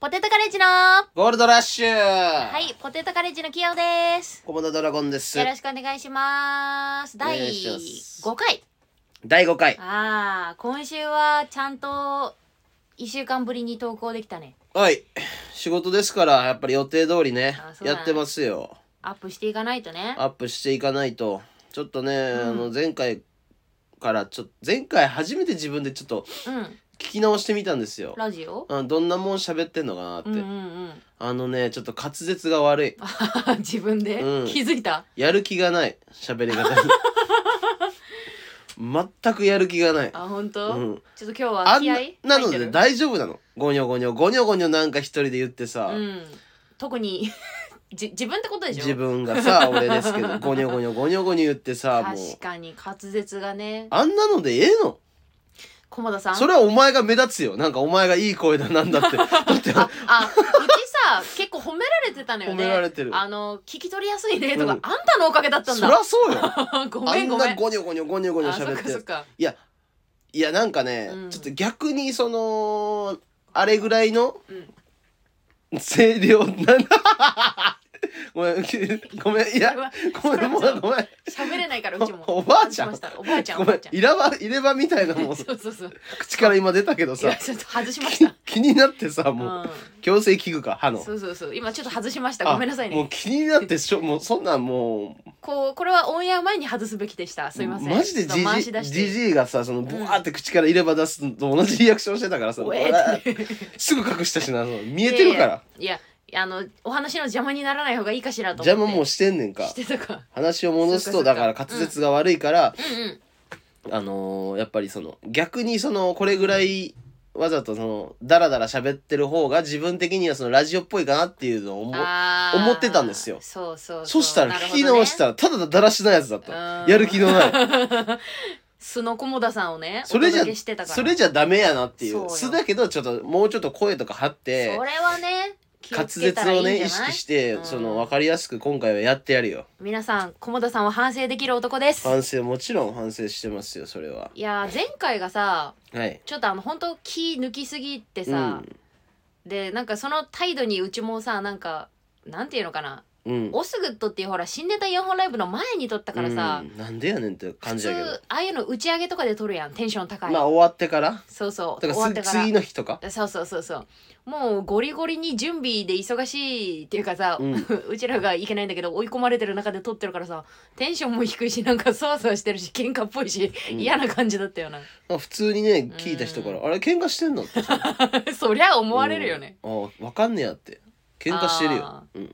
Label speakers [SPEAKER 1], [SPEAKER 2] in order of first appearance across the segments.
[SPEAKER 1] ポテトカレッジのは、
[SPEAKER 2] ゴールドラッシュはい
[SPEAKER 1] ポテトカレッジのキヨです。
[SPEAKER 2] コモドドラゴンです
[SPEAKER 1] よろしくお願いします。
[SPEAKER 2] お願
[SPEAKER 1] 第
[SPEAKER 2] いします
[SPEAKER 1] 5回。
[SPEAKER 2] 第5回
[SPEAKER 1] ああ、今週はちゃんと1週間ぶりに投稿できたね。
[SPEAKER 2] はい仕事ですからやっぱり予定通りね
[SPEAKER 1] あそうだね
[SPEAKER 2] やってますよ
[SPEAKER 1] アップしていかないとね。
[SPEAKER 2] アップしていかないとちょっとね、
[SPEAKER 1] ん
[SPEAKER 2] あの前回からちょっと前回初めて自分でちょっと
[SPEAKER 1] うん。
[SPEAKER 2] 聞き直してみたんですよ
[SPEAKER 1] ラジオ
[SPEAKER 2] あのどんなもん喋ってんのかなって、
[SPEAKER 1] うんうん
[SPEAKER 2] あのねちょっと滑舌が悪い
[SPEAKER 1] うん。 自分で、
[SPEAKER 2] うん
[SPEAKER 1] 気づいた
[SPEAKER 2] やる気がない喋り 方に全くやる気がない
[SPEAKER 1] あ、本当、
[SPEAKER 2] うん
[SPEAKER 1] ちょっと今日は
[SPEAKER 2] あん
[SPEAKER 1] 気合
[SPEAKER 2] ないなの
[SPEAKER 1] 入って
[SPEAKER 2] で
[SPEAKER 1] る
[SPEAKER 2] 大丈夫なのゴニョゴニョゴニョゴニョなんか一人で言ってさ、
[SPEAKER 1] うん。特に じ自分ってことでしょ
[SPEAKER 2] 自分 がさ俺ですけどゴニョゴニョゴニョゴニョ言ってさもう
[SPEAKER 1] 確かに滑舌がね。
[SPEAKER 2] あんなのでええの
[SPEAKER 1] 駒田さん
[SPEAKER 2] それはお前が目立つよなんかお前がいい声だなんだってだって
[SPEAKER 1] あ、あ、うちさ、結構褒められてたのよね。
[SPEAKER 2] 褒められてる
[SPEAKER 1] あの、聞き取りやすいねとか、
[SPEAKER 2] うん
[SPEAKER 1] あんたのおかげだったん
[SPEAKER 2] そ
[SPEAKER 1] だ。
[SPEAKER 2] りゃそうよ
[SPEAKER 1] ご
[SPEAKER 2] あ
[SPEAKER 1] めん
[SPEAKER 2] ん
[SPEAKER 1] ごめ。
[SPEAKER 2] なんゴニョゴニョゴニョゴニョ
[SPEAKER 1] あ、そっ
[SPEAKER 2] 喋っ
[SPEAKER 1] か
[SPEAKER 2] て
[SPEAKER 1] そっか。
[SPEAKER 2] いやいやなんかね、
[SPEAKER 1] うん
[SPEAKER 2] ちょっと逆にそのあれぐらいの
[SPEAKER 1] うん
[SPEAKER 2] 声量な ごめん ごめんいやごめんもうごめん
[SPEAKER 1] 喋れないから、うちも。
[SPEAKER 2] おおばあちゃん
[SPEAKER 1] 外しましたおばあちゃん、
[SPEAKER 2] ご
[SPEAKER 1] おば
[SPEAKER 2] め
[SPEAKER 1] あ
[SPEAKER 2] ん
[SPEAKER 1] ちゃん。
[SPEAKER 2] 入れ歯入れ歯みたいなも ん
[SPEAKER 1] そうそうそう。
[SPEAKER 2] 口から今出たけど
[SPEAKER 1] いや、
[SPEAKER 2] さ
[SPEAKER 1] ちょっと外しました。
[SPEAKER 2] 気になってさ
[SPEAKER 1] う
[SPEAKER 2] もう、
[SPEAKER 1] ん。
[SPEAKER 2] 強制器具か歯の
[SPEAKER 1] そうそうそう。今ちょっと外しました。
[SPEAKER 2] あ
[SPEAKER 1] ごめんなさい
[SPEAKER 2] もう
[SPEAKER 1] ね。
[SPEAKER 2] 気になってしょもうそんなんもう
[SPEAKER 1] こう、これはオンエア前に外すべきでした。すいません。
[SPEAKER 2] マジで
[SPEAKER 1] ちょっ
[SPEAKER 2] ジ
[SPEAKER 1] と回し出
[SPEAKER 2] ジ
[SPEAKER 1] し
[SPEAKER 2] ジ
[SPEAKER 1] て。
[SPEAKER 2] ジイがさそのブワーって口から入れ歯出すのと同じリアクションしてたからさ、
[SPEAKER 1] お
[SPEAKER 2] う
[SPEAKER 1] え
[SPEAKER 2] わ
[SPEAKER 1] ーっ
[SPEAKER 2] ー
[SPEAKER 1] て
[SPEAKER 2] すぐ隠したしなその見えてるから。
[SPEAKER 1] いや、いやあの、お話の邪魔にならない方がいいかしらと思って。
[SPEAKER 2] 邪魔もうしてんねんか
[SPEAKER 1] してたか。
[SPEAKER 2] 話を戻す
[SPEAKER 1] そ
[SPEAKER 2] と
[SPEAKER 1] うか
[SPEAKER 2] だ
[SPEAKER 1] そうか
[SPEAKER 2] から滑舌が悪いから、
[SPEAKER 1] うんうん。
[SPEAKER 2] あのーやっぱりその逆にそのこれぐらいわざとそのダラダラ喋ってる方が自分的にはそのラジオっぽいかなっていうのを思う
[SPEAKER 1] あー
[SPEAKER 2] 思ってたんですよ
[SPEAKER 1] そうそう
[SPEAKER 2] そしたら聞き直した
[SPEAKER 1] ら
[SPEAKER 2] らただだらしないやつだった、やる気のない
[SPEAKER 1] 素の菰田さんをね
[SPEAKER 2] それじ
[SPEAKER 1] お
[SPEAKER 2] ゃ
[SPEAKER 1] 届けしてたから
[SPEAKER 2] それじゃダメやなってい
[SPEAKER 1] そう
[SPEAKER 2] う
[SPEAKER 1] よ
[SPEAKER 2] 素だけどちょっともうちょっと声とか張っ
[SPEAKER 1] それ
[SPEAKER 2] て
[SPEAKER 1] はね気を
[SPEAKER 2] 滑
[SPEAKER 1] つけ
[SPEAKER 2] 舌
[SPEAKER 1] たらいい
[SPEAKER 2] を
[SPEAKER 1] んじゃない
[SPEAKER 2] ね意識して、
[SPEAKER 1] うん
[SPEAKER 2] その分かりやすく今回はやってやるよ
[SPEAKER 1] 皆さん菰田さんは反省できる男です
[SPEAKER 2] 反省もちろん反省してますよそれはい
[SPEAKER 1] やー前回がさ
[SPEAKER 2] はい
[SPEAKER 1] ちょっとあの本当気抜きすぎて
[SPEAKER 2] う
[SPEAKER 1] さ、
[SPEAKER 2] ん
[SPEAKER 1] でなんかその態度にうちもさなんかなんていうのかな
[SPEAKER 2] うん
[SPEAKER 1] オスグッドっていうほら新ネタ4本ライブの前に撮ったからさ
[SPEAKER 2] う、んなんでやねんって感
[SPEAKER 1] 普
[SPEAKER 2] じやけ
[SPEAKER 1] 通
[SPEAKER 2] ど
[SPEAKER 1] ああいうの打ち上げとかで撮るやんテンション高い、
[SPEAKER 2] まあ終わってから
[SPEAKER 1] そうそう終
[SPEAKER 2] だか
[SPEAKER 1] わ
[SPEAKER 2] ら
[SPEAKER 1] って
[SPEAKER 2] す
[SPEAKER 1] から
[SPEAKER 2] 次の日とか
[SPEAKER 1] そうそうそうそうもうゴリゴリに準備で忙しいっていうか さ、う
[SPEAKER 2] うん
[SPEAKER 1] ちらがいけないんだけど追い込まれてる中で撮ってるからさテンションも低いしなんかそわそわしてるし喧嘩っぽいし、
[SPEAKER 2] うん
[SPEAKER 1] 嫌な感じだったよな
[SPEAKER 2] なんか普通にね聞いた人から「あれ喧嘩してんの?」って
[SPEAKER 1] そりゃ思われるよね、
[SPEAKER 2] うんあ分かんねやって喧嘩してるよ
[SPEAKER 1] あ、
[SPEAKER 2] うん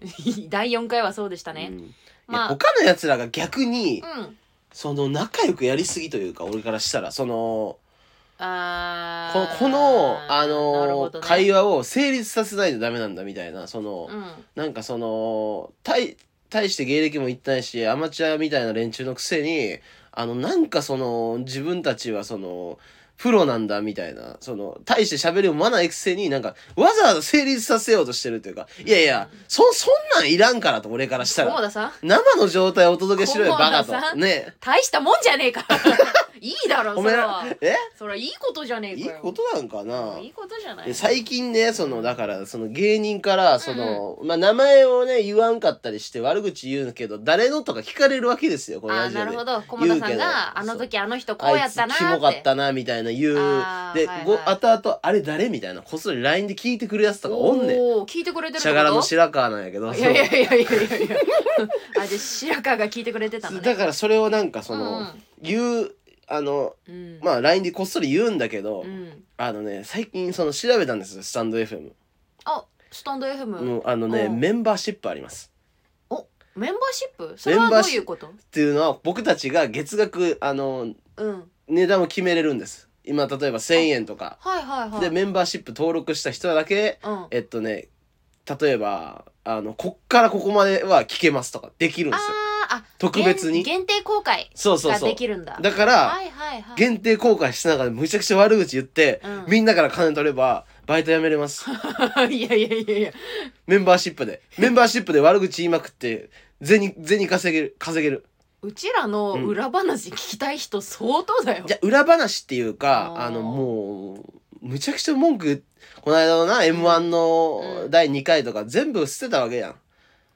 [SPEAKER 1] 第4回はそうでした
[SPEAKER 2] う
[SPEAKER 1] ね
[SPEAKER 2] んいや
[SPEAKER 1] まあ
[SPEAKER 2] 他のやつらが逆に
[SPEAKER 1] うん、
[SPEAKER 2] その仲良くやりすぎというか俺からしたらその
[SPEAKER 1] あ
[SPEAKER 2] こ
[SPEAKER 1] ー
[SPEAKER 2] この、あ
[SPEAKER 1] なる
[SPEAKER 2] の
[SPEAKER 1] ほどね
[SPEAKER 2] 会話を成立させないとダメなんだみたいなその、
[SPEAKER 1] うん
[SPEAKER 2] なんかその大大して芸歴もいってないしアマチュアみたいな連中のくせにあのなんかその自分たちはそのプロなんだみたいなその大して喋りもまないくせになんかわざわざ成立させようとしてるというかいやいやそそんなんいらんからと俺からした
[SPEAKER 1] 菰
[SPEAKER 2] ら
[SPEAKER 1] 田さん
[SPEAKER 2] 生の状態をお届けしろよ
[SPEAKER 1] 菰田
[SPEAKER 2] バカ
[SPEAKER 1] さ
[SPEAKER 2] と
[SPEAKER 1] ん
[SPEAKER 2] ね
[SPEAKER 1] 大したもんじゃね えかいいだろ
[SPEAKER 2] お
[SPEAKER 1] そ
[SPEAKER 2] め
[SPEAKER 1] れ
[SPEAKER 2] え
[SPEAKER 1] は
[SPEAKER 2] え
[SPEAKER 1] それはいいことじゃねえ
[SPEAKER 2] い
[SPEAKER 1] か
[SPEAKER 2] い
[SPEAKER 1] よ
[SPEAKER 2] ことなんかな
[SPEAKER 1] うんいいことじゃない
[SPEAKER 2] で最近ねそのだからその芸人からその、まあ、名前をね言わんかったりして悪口言うけど誰のとか聞かれるわけですよこの
[SPEAKER 1] あー
[SPEAKER 2] ラジオ
[SPEAKER 1] な
[SPEAKER 2] で。
[SPEAKER 1] るほど駒田さ
[SPEAKER 2] 言
[SPEAKER 1] ん
[SPEAKER 2] うけど
[SPEAKER 1] があの時あの人こう
[SPEAKER 2] あ
[SPEAKER 1] や
[SPEAKER 2] い
[SPEAKER 1] っ
[SPEAKER 2] つ
[SPEAKER 1] たなーって
[SPEAKER 2] キモかったなみたいな言う
[SPEAKER 1] あー
[SPEAKER 2] で、
[SPEAKER 1] はい
[SPEAKER 2] ご
[SPEAKER 1] はい
[SPEAKER 2] 後々あれ誰みたいなこっそり LINE で聞いてくるやつとかおんねん
[SPEAKER 1] おー聞いてくれてるって
[SPEAKER 2] しゃがらの
[SPEAKER 1] こ
[SPEAKER 2] 白川なんやけど
[SPEAKER 1] と
[SPEAKER 2] そ
[SPEAKER 1] いうやいや いやいやいやいやあじゃあ白川が聞いてくれてたの
[SPEAKER 2] だ
[SPEAKER 1] ね
[SPEAKER 2] からそれをなんかその、
[SPEAKER 1] うんうん
[SPEAKER 2] 言うあの
[SPEAKER 1] うん
[SPEAKER 2] まあ LINE でこっそり言うんだけど、
[SPEAKER 1] うん
[SPEAKER 2] あのね最近その調べたんですよスタンド FM、
[SPEAKER 1] あスタンド FM
[SPEAKER 2] もうあのね、
[SPEAKER 1] うん
[SPEAKER 2] メンバーシップあります。
[SPEAKER 1] おメンバーシップそれは
[SPEAKER 2] メン
[SPEAKER 1] ど
[SPEAKER 2] バ
[SPEAKER 1] う
[SPEAKER 2] ーシ
[SPEAKER 1] いうこと
[SPEAKER 2] っていうのは僕たちが月額あの
[SPEAKER 1] うん
[SPEAKER 2] 値段を決めれるんです今例えば1,000円とか
[SPEAKER 1] はいはいはい
[SPEAKER 2] でメンバーシップ登録した人だけ
[SPEAKER 1] うんあ
[SPEAKER 2] えっとね例えばあのこっからここまでは聞けますとかできるん
[SPEAKER 1] ー
[SPEAKER 2] ですよ
[SPEAKER 1] あ
[SPEAKER 2] 特別に
[SPEAKER 1] 限限定公開
[SPEAKER 2] そうそう
[SPEAKER 1] が
[SPEAKER 2] そう
[SPEAKER 1] できるんだ
[SPEAKER 2] だから
[SPEAKER 1] はいはいはい
[SPEAKER 2] 限定公開しながらむちゃくちゃ悪口言って、
[SPEAKER 1] うん
[SPEAKER 2] みんなから金取ればバイト辞め れます
[SPEAKER 1] いやいやいやいや
[SPEAKER 2] メンバーシップでメンバーシップで悪口言いまくって銭銭稼げる稼げる
[SPEAKER 1] うちらの裏話聞きたい人相当だよ
[SPEAKER 2] じゃあ裏話っていうか
[SPEAKER 1] あー
[SPEAKER 2] あのもうむちゃくちゃ文句この間のな m 1
[SPEAKER 1] う
[SPEAKER 2] の
[SPEAKER 1] ん
[SPEAKER 2] 第2回とか全部捨てたわけやん、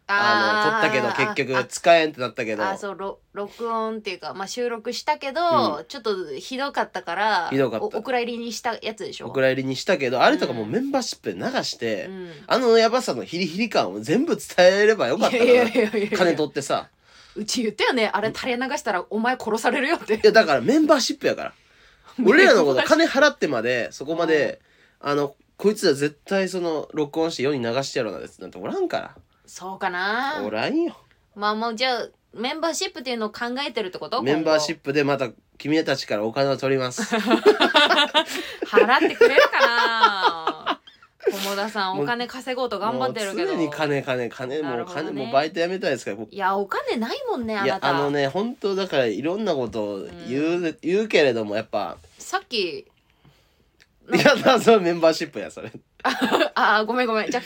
[SPEAKER 2] あの取ったけど結局使えんってなったけど
[SPEAKER 1] あそうろ録音っていうか、まあ、収録したけど、ちょっとひどかったから
[SPEAKER 2] ひどかった
[SPEAKER 1] おお蔵入りにしたやつでしょ
[SPEAKER 2] お蔵入りにしたけどあれとかもううんメンバーシップで流して、
[SPEAKER 1] うん、
[SPEAKER 2] あのやばさのヒリヒリ感を全部伝えればよかったか
[SPEAKER 1] いやい
[SPEAKER 2] ら
[SPEAKER 1] やいやいや
[SPEAKER 2] 金取ってさ
[SPEAKER 1] うち言ったよねあれ垂れ流したらお前殺されるよって
[SPEAKER 2] いやだからメンバーシップやから俺らのこと金払ってまでそこまであのこいつら絶対その録音して世に流してやろうなやつなんておらんか
[SPEAKER 1] そうからな
[SPEAKER 2] おらんよ
[SPEAKER 1] まあもうじゃあメンバーシップっていうのを考えてるってこと
[SPEAKER 2] メンバーシ
[SPEAKER 1] プ
[SPEAKER 2] ップでまた君たちからお金を取ります
[SPEAKER 1] 払ってくれるか な友田さんお金稼ごうと 頑張ってるけど
[SPEAKER 2] もう常に金金金も
[SPEAKER 1] な
[SPEAKER 2] う
[SPEAKER 1] るほどね
[SPEAKER 2] 金、もうバイトやめたいですから僕
[SPEAKER 1] いやお金ないもんねあ
[SPEAKER 2] いや
[SPEAKER 1] なた
[SPEAKER 2] あのね本当だからいろんなことを言う,、言うけれどもやっぱ
[SPEAKER 1] さっき
[SPEAKER 2] いやだそれメンバーシップやそれ
[SPEAKER 1] ああごめんごめんじゃあ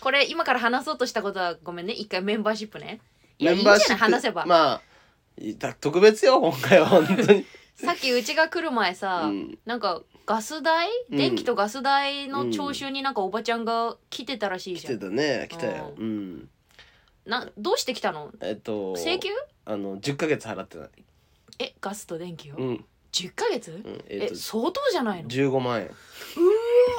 [SPEAKER 1] これ今から話そうとしたことはごめんね一回メンバーシップねいや
[SPEAKER 2] メンバー
[SPEAKER 1] い
[SPEAKER 2] シッ
[SPEAKER 1] いんじゃない話せば
[SPEAKER 2] プまあいだ特別よ今回は本当 に
[SPEAKER 1] さっきうちが来る前さ、
[SPEAKER 2] うん
[SPEAKER 1] なんかガス代
[SPEAKER 2] うん
[SPEAKER 1] 電気とガス代の徴収になんかおばちゃんが来てたらしい
[SPEAKER 2] 来
[SPEAKER 1] じゃん、
[SPEAKER 2] てたね来たよ
[SPEAKER 1] う
[SPEAKER 2] うん
[SPEAKER 1] などうして来たの
[SPEAKER 2] えっと
[SPEAKER 1] 請求
[SPEAKER 2] あの10ヶ月払ってない
[SPEAKER 1] えガスと電気を、
[SPEAKER 2] うん、
[SPEAKER 1] 10ヶ月、
[SPEAKER 2] うん、
[SPEAKER 1] え
[SPEAKER 2] えっと
[SPEAKER 1] 相当じゃないの
[SPEAKER 2] 15万円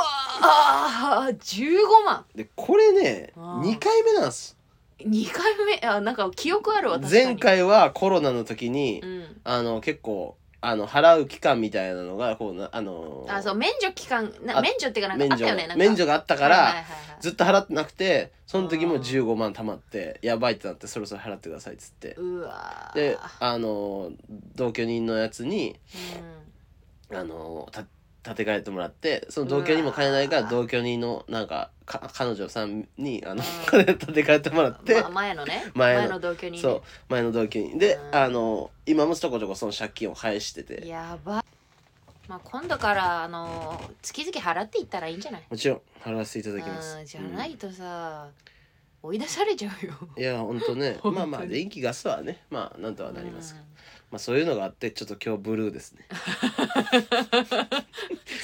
[SPEAKER 1] ああ15万
[SPEAKER 2] でこれね
[SPEAKER 1] あー
[SPEAKER 2] 2回目なんです
[SPEAKER 1] 2回目あなんか記憶あるわ確かに
[SPEAKER 2] 前回はコロナの時に、
[SPEAKER 1] うん
[SPEAKER 2] あの結構あの払う期間みたいなのがこうなあのー
[SPEAKER 1] あそう免除期間な
[SPEAKER 2] あ
[SPEAKER 1] 免除っていうかなんかあった
[SPEAKER 2] 免除
[SPEAKER 1] よねなんか
[SPEAKER 2] 免除があったから、
[SPEAKER 1] はいはいはいはい
[SPEAKER 2] ずっと払ってなくてその時も
[SPEAKER 1] あー
[SPEAKER 2] 15万貯まってやばいってなってそろそろ払ってくださいっつって
[SPEAKER 1] うわー
[SPEAKER 2] であのー同居人のやつにあのーた立て替えてもらってその同居人も金ないか
[SPEAKER 1] う
[SPEAKER 2] ら
[SPEAKER 1] わー
[SPEAKER 2] 同居人のなんかか彼女さんにあの
[SPEAKER 1] あ
[SPEAKER 2] 金 立て替えてもらっ
[SPEAKER 1] うん
[SPEAKER 2] て
[SPEAKER 1] ま、前のね
[SPEAKER 2] 前
[SPEAKER 1] 前
[SPEAKER 2] の
[SPEAKER 1] の同居人ね
[SPEAKER 2] そう前の同居人で
[SPEAKER 1] うん
[SPEAKER 2] あのー今もちょこちょこその借金を返してて
[SPEAKER 1] やばいまあ今度からあの月々払っていったらいいんじゃない
[SPEAKER 2] もちろん払わせていただきます
[SPEAKER 1] うんじゃないとさ、追い出されちゃうよ
[SPEAKER 2] うんいやほんとね
[SPEAKER 1] 本当
[SPEAKER 2] まあ
[SPEAKER 1] に
[SPEAKER 2] まあ電気ガスはねまあなんとはなりますが、まあそういうのがあってちょっと今日ブルーですね
[SPEAKER 1] うん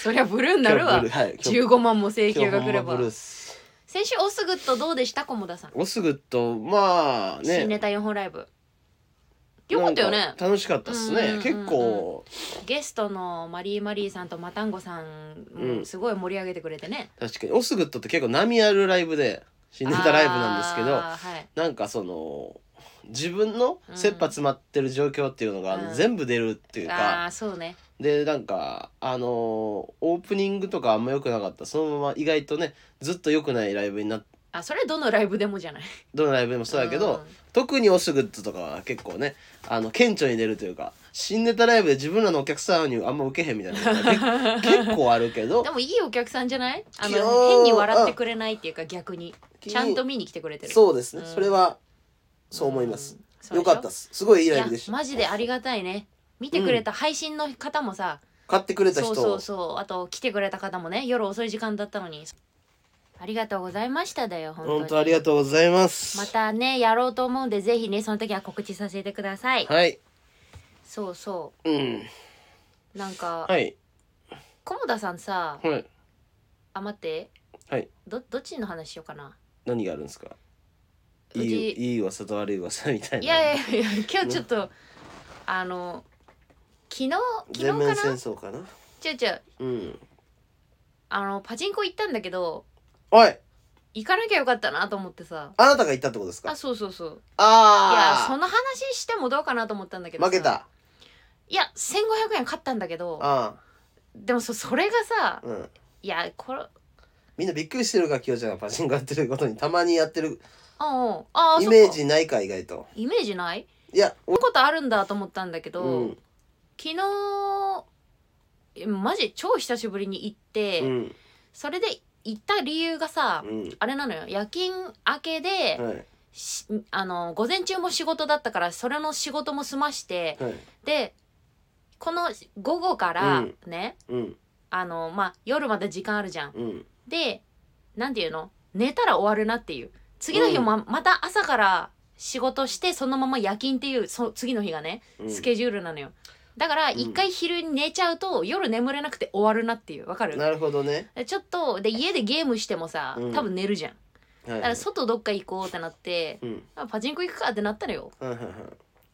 [SPEAKER 1] そりゃブルーにな
[SPEAKER 2] 今日
[SPEAKER 1] るわ
[SPEAKER 2] ブルーはい今日
[SPEAKER 1] 15万も請
[SPEAKER 2] 今
[SPEAKER 1] 求
[SPEAKER 2] 日
[SPEAKER 1] が来れ
[SPEAKER 2] ほんま
[SPEAKER 1] ば
[SPEAKER 2] ブルース
[SPEAKER 1] 先週オスグッドどうでした菰田さん、
[SPEAKER 2] オスグッドまあ
[SPEAKER 1] 新ネ
[SPEAKER 2] ね
[SPEAKER 1] タ4本ライブよかったよ
[SPEAKER 2] な
[SPEAKER 1] ね
[SPEAKER 2] んか楽しかったっす
[SPEAKER 1] うん
[SPEAKER 2] ね、
[SPEAKER 1] うんうんうん
[SPEAKER 2] 結構
[SPEAKER 1] ゲストのマリーマリーさんとマタンゴさん、
[SPEAKER 2] うん
[SPEAKER 1] すごい盛り上げてくれてね
[SPEAKER 2] 確かにオスグッドって結構波あるライブで新ネタライブなんですけど
[SPEAKER 1] あーはい
[SPEAKER 2] なんかその自分の切羽詰まってる状況っていうのが、
[SPEAKER 1] うん
[SPEAKER 2] 全部出るっていう
[SPEAKER 1] あ
[SPEAKER 2] か、
[SPEAKER 1] あそうね
[SPEAKER 2] でなんかあのーオープニングとかあんま良くなかったそのまま意外とねずっと良くないライブになって
[SPEAKER 1] あそれどのライブでもじゃない
[SPEAKER 2] どのライブでもそうだけど、
[SPEAKER 1] うん
[SPEAKER 2] 特にオスグッズとかは結構ねあの顕著に出るというか新ネタライブで自分らのお客さんにあんま受けへんみたいなのがけ結構あるけど
[SPEAKER 1] でもいいお客さんじゃないあの
[SPEAKER 2] いやー
[SPEAKER 1] 変に笑ってくれないっていうか逆にちゃんと見に来てくれてる
[SPEAKER 2] そうですね、
[SPEAKER 1] うん
[SPEAKER 2] それはそう思います
[SPEAKER 1] ん、
[SPEAKER 2] よかったっすすごいいい
[SPEAKER 1] そう
[SPEAKER 2] ライ
[SPEAKER 1] でしょ
[SPEAKER 2] ブで
[SPEAKER 1] い
[SPEAKER 2] し
[SPEAKER 1] やマジ
[SPEAKER 2] た
[SPEAKER 1] でありがたいね見てくれた配信の方もさ、
[SPEAKER 2] 買ってくれた人
[SPEAKER 1] そうそうそうあと来てくれた方もね夜遅い時間だったのにありがとうございましただよ本当に
[SPEAKER 2] 本当ありがとうございます
[SPEAKER 1] またねやろうと思うんでぜひねその時は告知させてください、
[SPEAKER 2] はい
[SPEAKER 1] そうそ
[SPEAKER 2] うん
[SPEAKER 1] うなんか、
[SPEAKER 2] はい
[SPEAKER 1] 菰田さんさ
[SPEAKER 2] はい
[SPEAKER 1] あ待って
[SPEAKER 2] はい
[SPEAKER 1] どどっちの話しようかな
[SPEAKER 2] 何があるんですか
[SPEAKER 1] う
[SPEAKER 2] い
[SPEAKER 1] ち
[SPEAKER 2] いいい噂と悪い噂みたいない
[SPEAKER 1] やいや いや今日ちょっとあの昨日
[SPEAKER 2] 全
[SPEAKER 1] 昨日
[SPEAKER 2] 面
[SPEAKER 1] か
[SPEAKER 2] 戦
[SPEAKER 1] な
[SPEAKER 2] 争かな
[SPEAKER 1] ちょいちょい
[SPEAKER 2] うん
[SPEAKER 1] あのパチンコ行ったんだけど
[SPEAKER 2] おい
[SPEAKER 1] 行かなきゃよかったなと思ってさ
[SPEAKER 2] あなたが言ったってことですか
[SPEAKER 1] あそうそうそういやそ
[SPEAKER 2] あ
[SPEAKER 1] の話してもどうかなと思ったんだけ
[SPEAKER 2] あ
[SPEAKER 1] どさ
[SPEAKER 2] 負けた
[SPEAKER 1] いや1500円勝ったんだけど
[SPEAKER 2] あ
[SPEAKER 1] でもそそれがさ
[SPEAKER 2] あうん
[SPEAKER 1] いやこれ
[SPEAKER 2] みんなびっくりしてるかきよちゃんがパチンコやってることにたまにやってる
[SPEAKER 1] あんあー
[SPEAKER 2] イメー
[SPEAKER 1] そっか
[SPEAKER 2] ジないか意外と
[SPEAKER 1] イメージない
[SPEAKER 2] いや
[SPEAKER 1] そういうことあるんだと思ったんだけど、
[SPEAKER 2] うん
[SPEAKER 1] 昨日えマジ超久しぶりに行って、
[SPEAKER 2] うん
[SPEAKER 1] それで行った理由がさ、
[SPEAKER 2] うん
[SPEAKER 1] あれなのよ夜勤明けで、
[SPEAKER 2] はい
[SPEAKER 1] しあの午前中も仕事だったからそれの仕事も済まして
[SPEAKER 2] はい
[SPEAKER 1] でこの午後か
[SPEAKER 2] う
[SPEAKER 1] ら
[SPEAKER 2] ん
[SPEAKER 1] ね、
[SPEAKER 2] うん
[SPEAKER 1] あのまあ夜まで時間あるじゃん。
[SPEAKER 2] うん
[SPEAKER 1] でなんていうの寝たら終わるなっていう次の日もま,、また朝から仕事してそのまま夜勤っていうそ次の日がね、
[SPEAKER 2] うん
[SPEAKER 1] スケジュールなのよ。だから一回昼に寝ちゃうと、夜眠れなくて終わるなっていうわかる
[SPEAKER 2] なるほどね。
[SPEAKER 1] ちょっとで家でゲームしてもさ
[SPEAKER 2] うん
[SPEAKER 1] 多分寝るじゃん、
[SPEAKER 2] はい
[SPEAKER 1] だ
[SPEAKER 2] は
[SPEAKER 1] か
[SPEAKER 2] い
[SPEAKER 1] ら外どっか行こうってなって、
[SPEAKER 2] うん。
[SPEAKER 1] あパチンコ行くかってなったのよ
[SPEAKER 2] はいはいはい。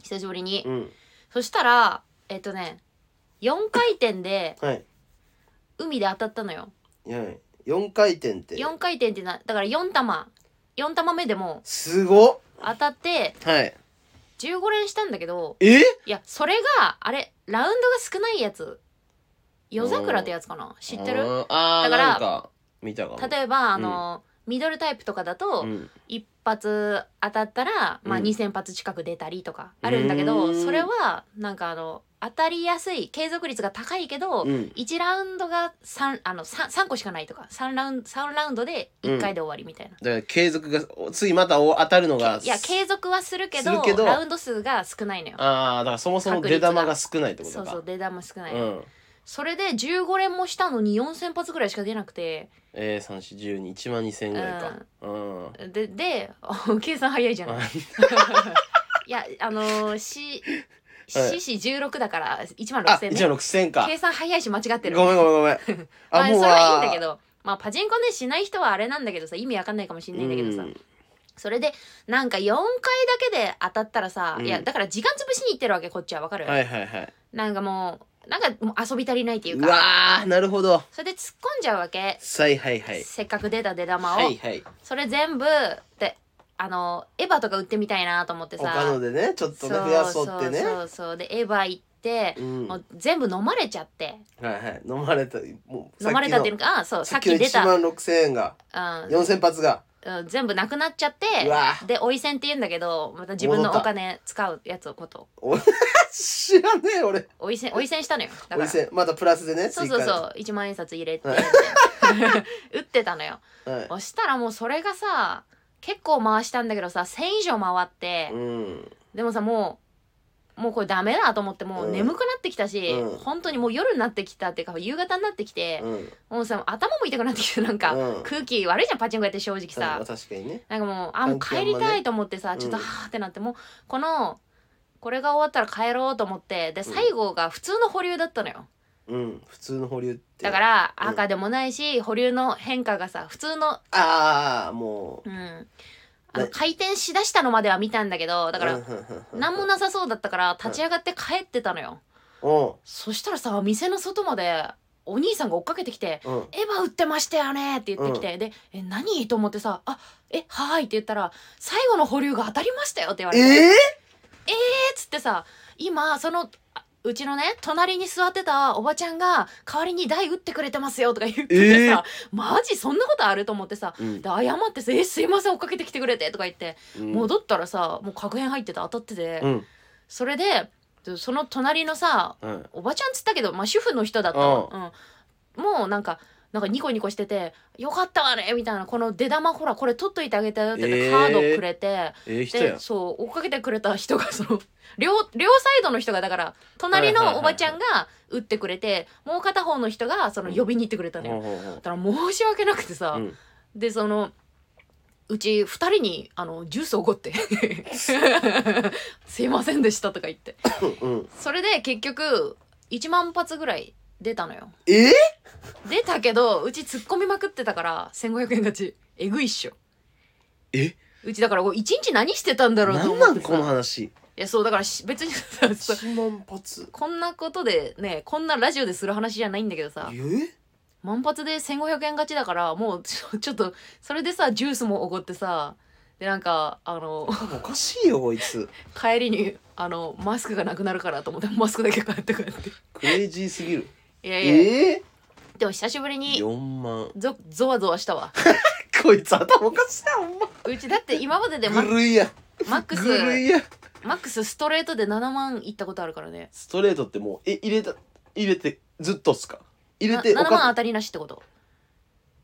[SPEAKER 1] 久しぶりに、
[SPEAKER 2] うん。
[SPEAKER 1] そしたらえっとね4回転で
[SPEAKER 2] はい。
[SPEAKER 1] 海で当たったのよ
[SPEAKER 2] はい。四回転って。
[SPEAKER 1] 4回転ってなだから4玉4玉目でも
[SPEAKER 2] すごっ
[SPEAKER 1] 当たって
[SPEAKER 2] はい。
[SPEAKER 1] 15連したんだけど
[SPEAKER 2] え
[SPEAKER 1] いやそれがあれラウンドが少ないやつ夜桜ってやつかな知ってる
[SPEAKER 2] あーあ
[SPEAKER 1] だ
[SPEAKER 2] ー、
[SPEAKER 1] から
[SPEAKER 2] なんか、見たかも。
[SPEAKER 1] 例えばあの、ミドルタイプとかだと
[SPEAKER 2] うん
[SPEAKER 1] 一発当たったら、まあ、
[SPEAKER 2] うん
[SPEAKER 1] 2,000発近く出たりとかあるんだけど、
[SPEAKER 2] うーん
[SPEAKER 1] それはなんかあの当たりやすい継続率が高いけど、
[SPEAKER 2] うん。
[SPEAKER 1] 1ラウンドが 3, あの 3, 3個しかないとか3ラウンド三ラウンドで1回で終わりみたいな。
[SPEAKER 2] だから継続が、お次またお当たるのが。
[SPEAKER 1] いや継続はするけ
[SPEAKER 2] す
[SPEAKER 1] ど
[SPEAKER 2] るけど
[SPEAKER 1] ラウンド数が少ないのよ。
[SPEAKER 2] ああ、だからそもそも出玉が少ないってこと
[SPEAKER 1] そ
[SPEAKER 2] か。
[SPEAKER 1] うそう出玉少ない、
[SPEAKER 2] うん。
[SPEAKER 1] それで15連もしたのに4,000発ぐらいしか出なくて
[SPEAKER 2] えー、3、4、12、1万2000ぐらいか。うん。
[SPEAKER 1] でで 計算早いじゃない。 いやあのー、し
[SPEAKER 2] はい
[SPEAKER 1] 四四十六だから一万
[SPEAKER 2] あ、
[SPEAKER 1] 六千
[SPEAKER 2] 1
[SPEAKER 1] ね。
[SPEAKER 2] 万6000か。
[SPEAKER 1] 計算早いし間違って
[SPEAKER 2] ご
[SPEAKER 1] る。
[SPEAKER 2] めんごめんごめん。
[SPEAKER 1] ま あ、それはいいんだけ
[SPEAKER 2] ど。
[SPEAKER 1] ど、まあパチンコねしない人はあれなんだけどさ、意味わかんないかもしんないんだけどさ、
[SPEAKER 2] うん
[SPEAKER 1] それでなんか四回だけで当たったらさ、
[SPEAKER 2] うん
[SPEAKER 1] いやだから時間潰しに行ってるわけこっちはわかる、
[SPEAKER 2] はいはいはい。
[SPEAKER 1] なんかもうなんかもう遊び足りないっていう
[SPEAKER 2] う
[SPEAKER 1] か、
[SPEAKER 2] わー、なるほど。
[SPEAKER 1] それで突っ込んじゃうわけ。
[SPEAKER 2] はいはいはい。
[SPEAKER 1] せっかく出た出玉を、
[SPEAKER 2] はいはい。
[SPEAKER 1] それ全部であのエヴァとか売ってみたいなと思ってさ、
[SPEAKER 2] 他のでね、ちょっとね、増やそうってね
[SPEAKER 1] そ。うそうそうでエヴァ行って、
[SPEAKER 2] うん。
[SPEAKER 1] も
[SPEAKER 2] はいう
[SPEAKER 1] 全部飲まれちゃって
[SPEAKER 2] はい。飲まれた、もう、
[SPEAKER 1] 飲まれたっていうのかあそうさ
[SPEAKER 2] さ
[SPEAKER 1] っ
[SPEAKER 2] っ
[SPEAKER 1] き
[SPEAKER 2] きの
[SPEAKER 1] 出
[SPEAKER 2] 1
[SPEAKER 1] た、
[SPEAKER 2] 万6000円が、
[SPEAKER 1] う
[SPEAKER 2] 4000発が。
[SPEAKER 1] んうん、全部なくなっちゃって
[SPEAKER 2] うわ
[SPEAKER 1] でおいせんって言うんだけどまた自分のお金使うやつのこと
[SPEAKER 2] お知らねえ、俺。
[SPEAKER 1] おいせんおいせんしたのよだ
[SPEAKER 2] お
[SPEAKER 1] から
[SPEAKER 2] いせんまたプラスでね、
[SPEAKER 1] そうそう
[SPEAKER 2] 追加
[SPEAKER 1] そう1万円札入れ て
[SPEAKER 2] はい
[SPEAKER 1] 売ってたのよ
[SPEAKER 2] ではい。
[SPEAKER 1] そしたらもうそれがさ結構回したんだけどさ1,000以上回って、
[SPEAKER 2] うん。
[SPEAKER 1] でもさもうもうこれダメだと思ってもう
[SPEAKER 2] うん
[SPEAKER 1] 眠くなってきたし、
[SPEAKER 2] うん
[SPEAKER 1] 本当にもう夜になってきたっていうか夕方になってきて、
[SPEAKER 2] うん。
[SPEAKER 1] もうさ頭も痛くなってきてなんか、
[SPEAKER 2] うん
[SPEAKER 1] 空気悪いじゃんパチンコやって正直さ、
[SPEAKER 2] うん確かにね。
[SPEAKER 1] なんかもうあもう帰りたいと思ってさ、
[SPEAKER 2] 環
[SPEAKER 1] ちょっ
[SPEAKER 2] 境も
[SPEAKER 1] と
[SPEAKER 2] ね
[SPEAKER 1] はーってなってもうこのこれが終わったら帰ろうと思ってで最後が普通の保留だったのよ
[SPEAKER 2] うん。普通の保留って。
[SPEAKER 1] だか。ら
[SPEAKER 2] うん
[SPEAKER 1] 赤でもないし、保留の変化がさ普通の
[SPEAKER 2] ああ、もう。
[SPEAKER 1] うんあの
[SPEAKER 2] ね
[SPEAKER 1] 回転しだしたのまでは見たんだけどだか
[SPEAKER 2] う
[SPEAKER 1] ら
[SPEAKER 2] ん、
[SPEAKER 1] 何もなさそうだったから立ち上がって帰ってたのよ、
[SPEAKER 2] も。
[SPEAKER 1] そしたらさ店の外までお兄さんが追っかけてきて
[SPEAKER 2] うん。うん
[SPEAKER 1] 「エヴァ売ってましたよね」って言ってきて、で「え何?」と思ってさ「あえはーい」って言ったら「最後の保留が当たりましたよ」って言われて
[SPEAKER 2] え
[SPEAKER 1] っつってさ今そのあうちのね隣に座ってたおばちゃんが代わりに台打ってくれてますよとか言っててさ、マジそんなことあると思ってさ
[SPEAKER 2] え
[SPEAKER 1] で謝ってさ「えすいません追っかけてきてくれて」とか言って、
[SPEAKER 2] うん
[SPEAKER 1] 戻ったらさもう確変入ってて当たってて、
[SPEAKER 2] うん。
[SPEAKER 1] それでその隣のさ
[SPEAKER 2] うん。
[SPEAKER 1] おばちゃんっつったけど、まあ、主婦の人だったの、うん、もうなんかなんかニコニコしてて「よかったわね」みたいな「この出玉ほらこれ取っといてあげたよ」って言って
[SPEAKER 2] えー
[SPEAKER 1] カードくれて、
[SPEAKER 2] ええ人や
[SPEAKER 1] で
[SPEAKER 2] ん。
[SPEAKER 1] そう追っかけてくれた人が その両両サイドの人がだから隣
[SPEAKER 2] はいはい
[SPEAKER 1] の
[SPEAKER 2] はい
[SPEAKER 1] おばちゃんが打ってくれてもう片方の人がその呼びに行ってくれたのよ。
[SPEAKER 2] ほうほうほう
[SPEAKER 1] だから申し訳なくてさ、
[SPEAKER 2] うん
[SPEAKER 1] でそのうち2人にあのジュースおご って「すいませんでした」とか言って
[SPEAKER 2] うんうん
[SPEAKER 1] それで結局1万発ぐらい出たのよ
[SPEAKER 2] え
[SPEAKER 1] 出たけどうち突っ込みまくってたから1500円勝ちえぐいっしょ
[SPEAKER 2] え
[SPEAKER 1] うちだからこう一日何してたんだろうと
[SPEAKER 2] なん
[SPEAKER 1] 思
[SPEAKER 2] な
[SPEAKER 1] っ
[SPEAKER 2] ん
[SPEAKER 1] てさ
[SPEAKER 2] この話
[SPEAKER 1] いやそうだからし別にさそう
[SPEAKER 2] 1万発
[SPEAKER 1] こんなことでねこんなラジオでする話じゃないんだけどさ
[SPEAKER 2] え
[SPEAKER 1] 万発で1500円勝ちだからもうちょちょ っとそれでさジュースもおごってさでなんかあの
[SPEAKER 2] おかしいよこいつ
[SPEAKER 1] 帰りにあのマスクがなくなるからと思ってマスクだけ買って帰って
[SPEAKER 2] クレイジーすぎる
[SPEAKER 1] いやいや、
[SPEAKER 2] え
[SPEAKER 1] でも久しぶり
[SPEAKER 2] え
[SPEAKER 1] に
[SPEAKER 2] 4万
[SPEAKER 1] ゾゾワゾワしたわ
[SPEAKER 2] こいつ頭おかしいなほ
[SPEAKER 1] うちだって今までで
[SPEAKER 2] ん
[SPEAKER 1] マ
[SPEAKER 2] まぐるいや
[SPEAKER 1] マック
[SPEAKER 2] ぐる
[SPEAKER 1] ス
[SPEAKER 2] いや
[SPEAKER 1] マックスストレートで7万いったことあるからね
[SPEAKER 2] ストレートってもうえ入れた入れてずっとっすか入れて
[SPEAKER 1] な
[SPEAKER 2] お
[SPEAKER 1] 7万
[SPEAKER 2] か
[SPEAKER 1] 当たりなしってこと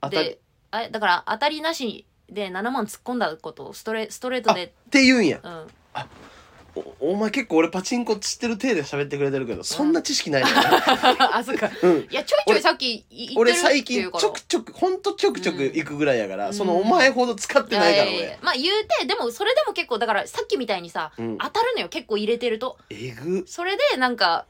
[SPEAKER 2] 当たりっ
[SPEAKER 1] であれだから当たりなしで7万突っ込んだことストレストレートで
[SPEAKER 2] て言うんや
[SPEAKER 1] うん
[SPEAKER 2] おお前結構俺パチンコ知ってる体で喋ってくれてるけどそんな知 識ないのよ
[SPEAKER 1] あそっか
[SPEAKER 2] うん
[SPEAKER 1] いやちょいちょいさっきい言って
[SPEAKER 2] 俺
[SPEAKER 1] る
[SPEAKER 2] 最
[SPEAKER 1] ってい
[SPEAKER 2] 近
[SPEAKER 1] うか
[SPEAKER 2] ちょ
[SPEAKER 1] ら
[SPEAKER 2] くちょくほんとちょくちょく行くぐらいやから、
[SPEAKER 1] うん
[SPEAKER 2] そのお前ほど使ってないから
[SPEAKER 1] いやいやいや
[SPEAKER 2] 俺、
[SPEAKER 1] まあ言うてでもそれでも結構だからさっきみたいにさ
[SPEAKER 2] うん
[SPEAKER 1] 当たるのよ結構入れてると
[SPEAKER 2] えぐ
[SPEAKER 1] それでなんか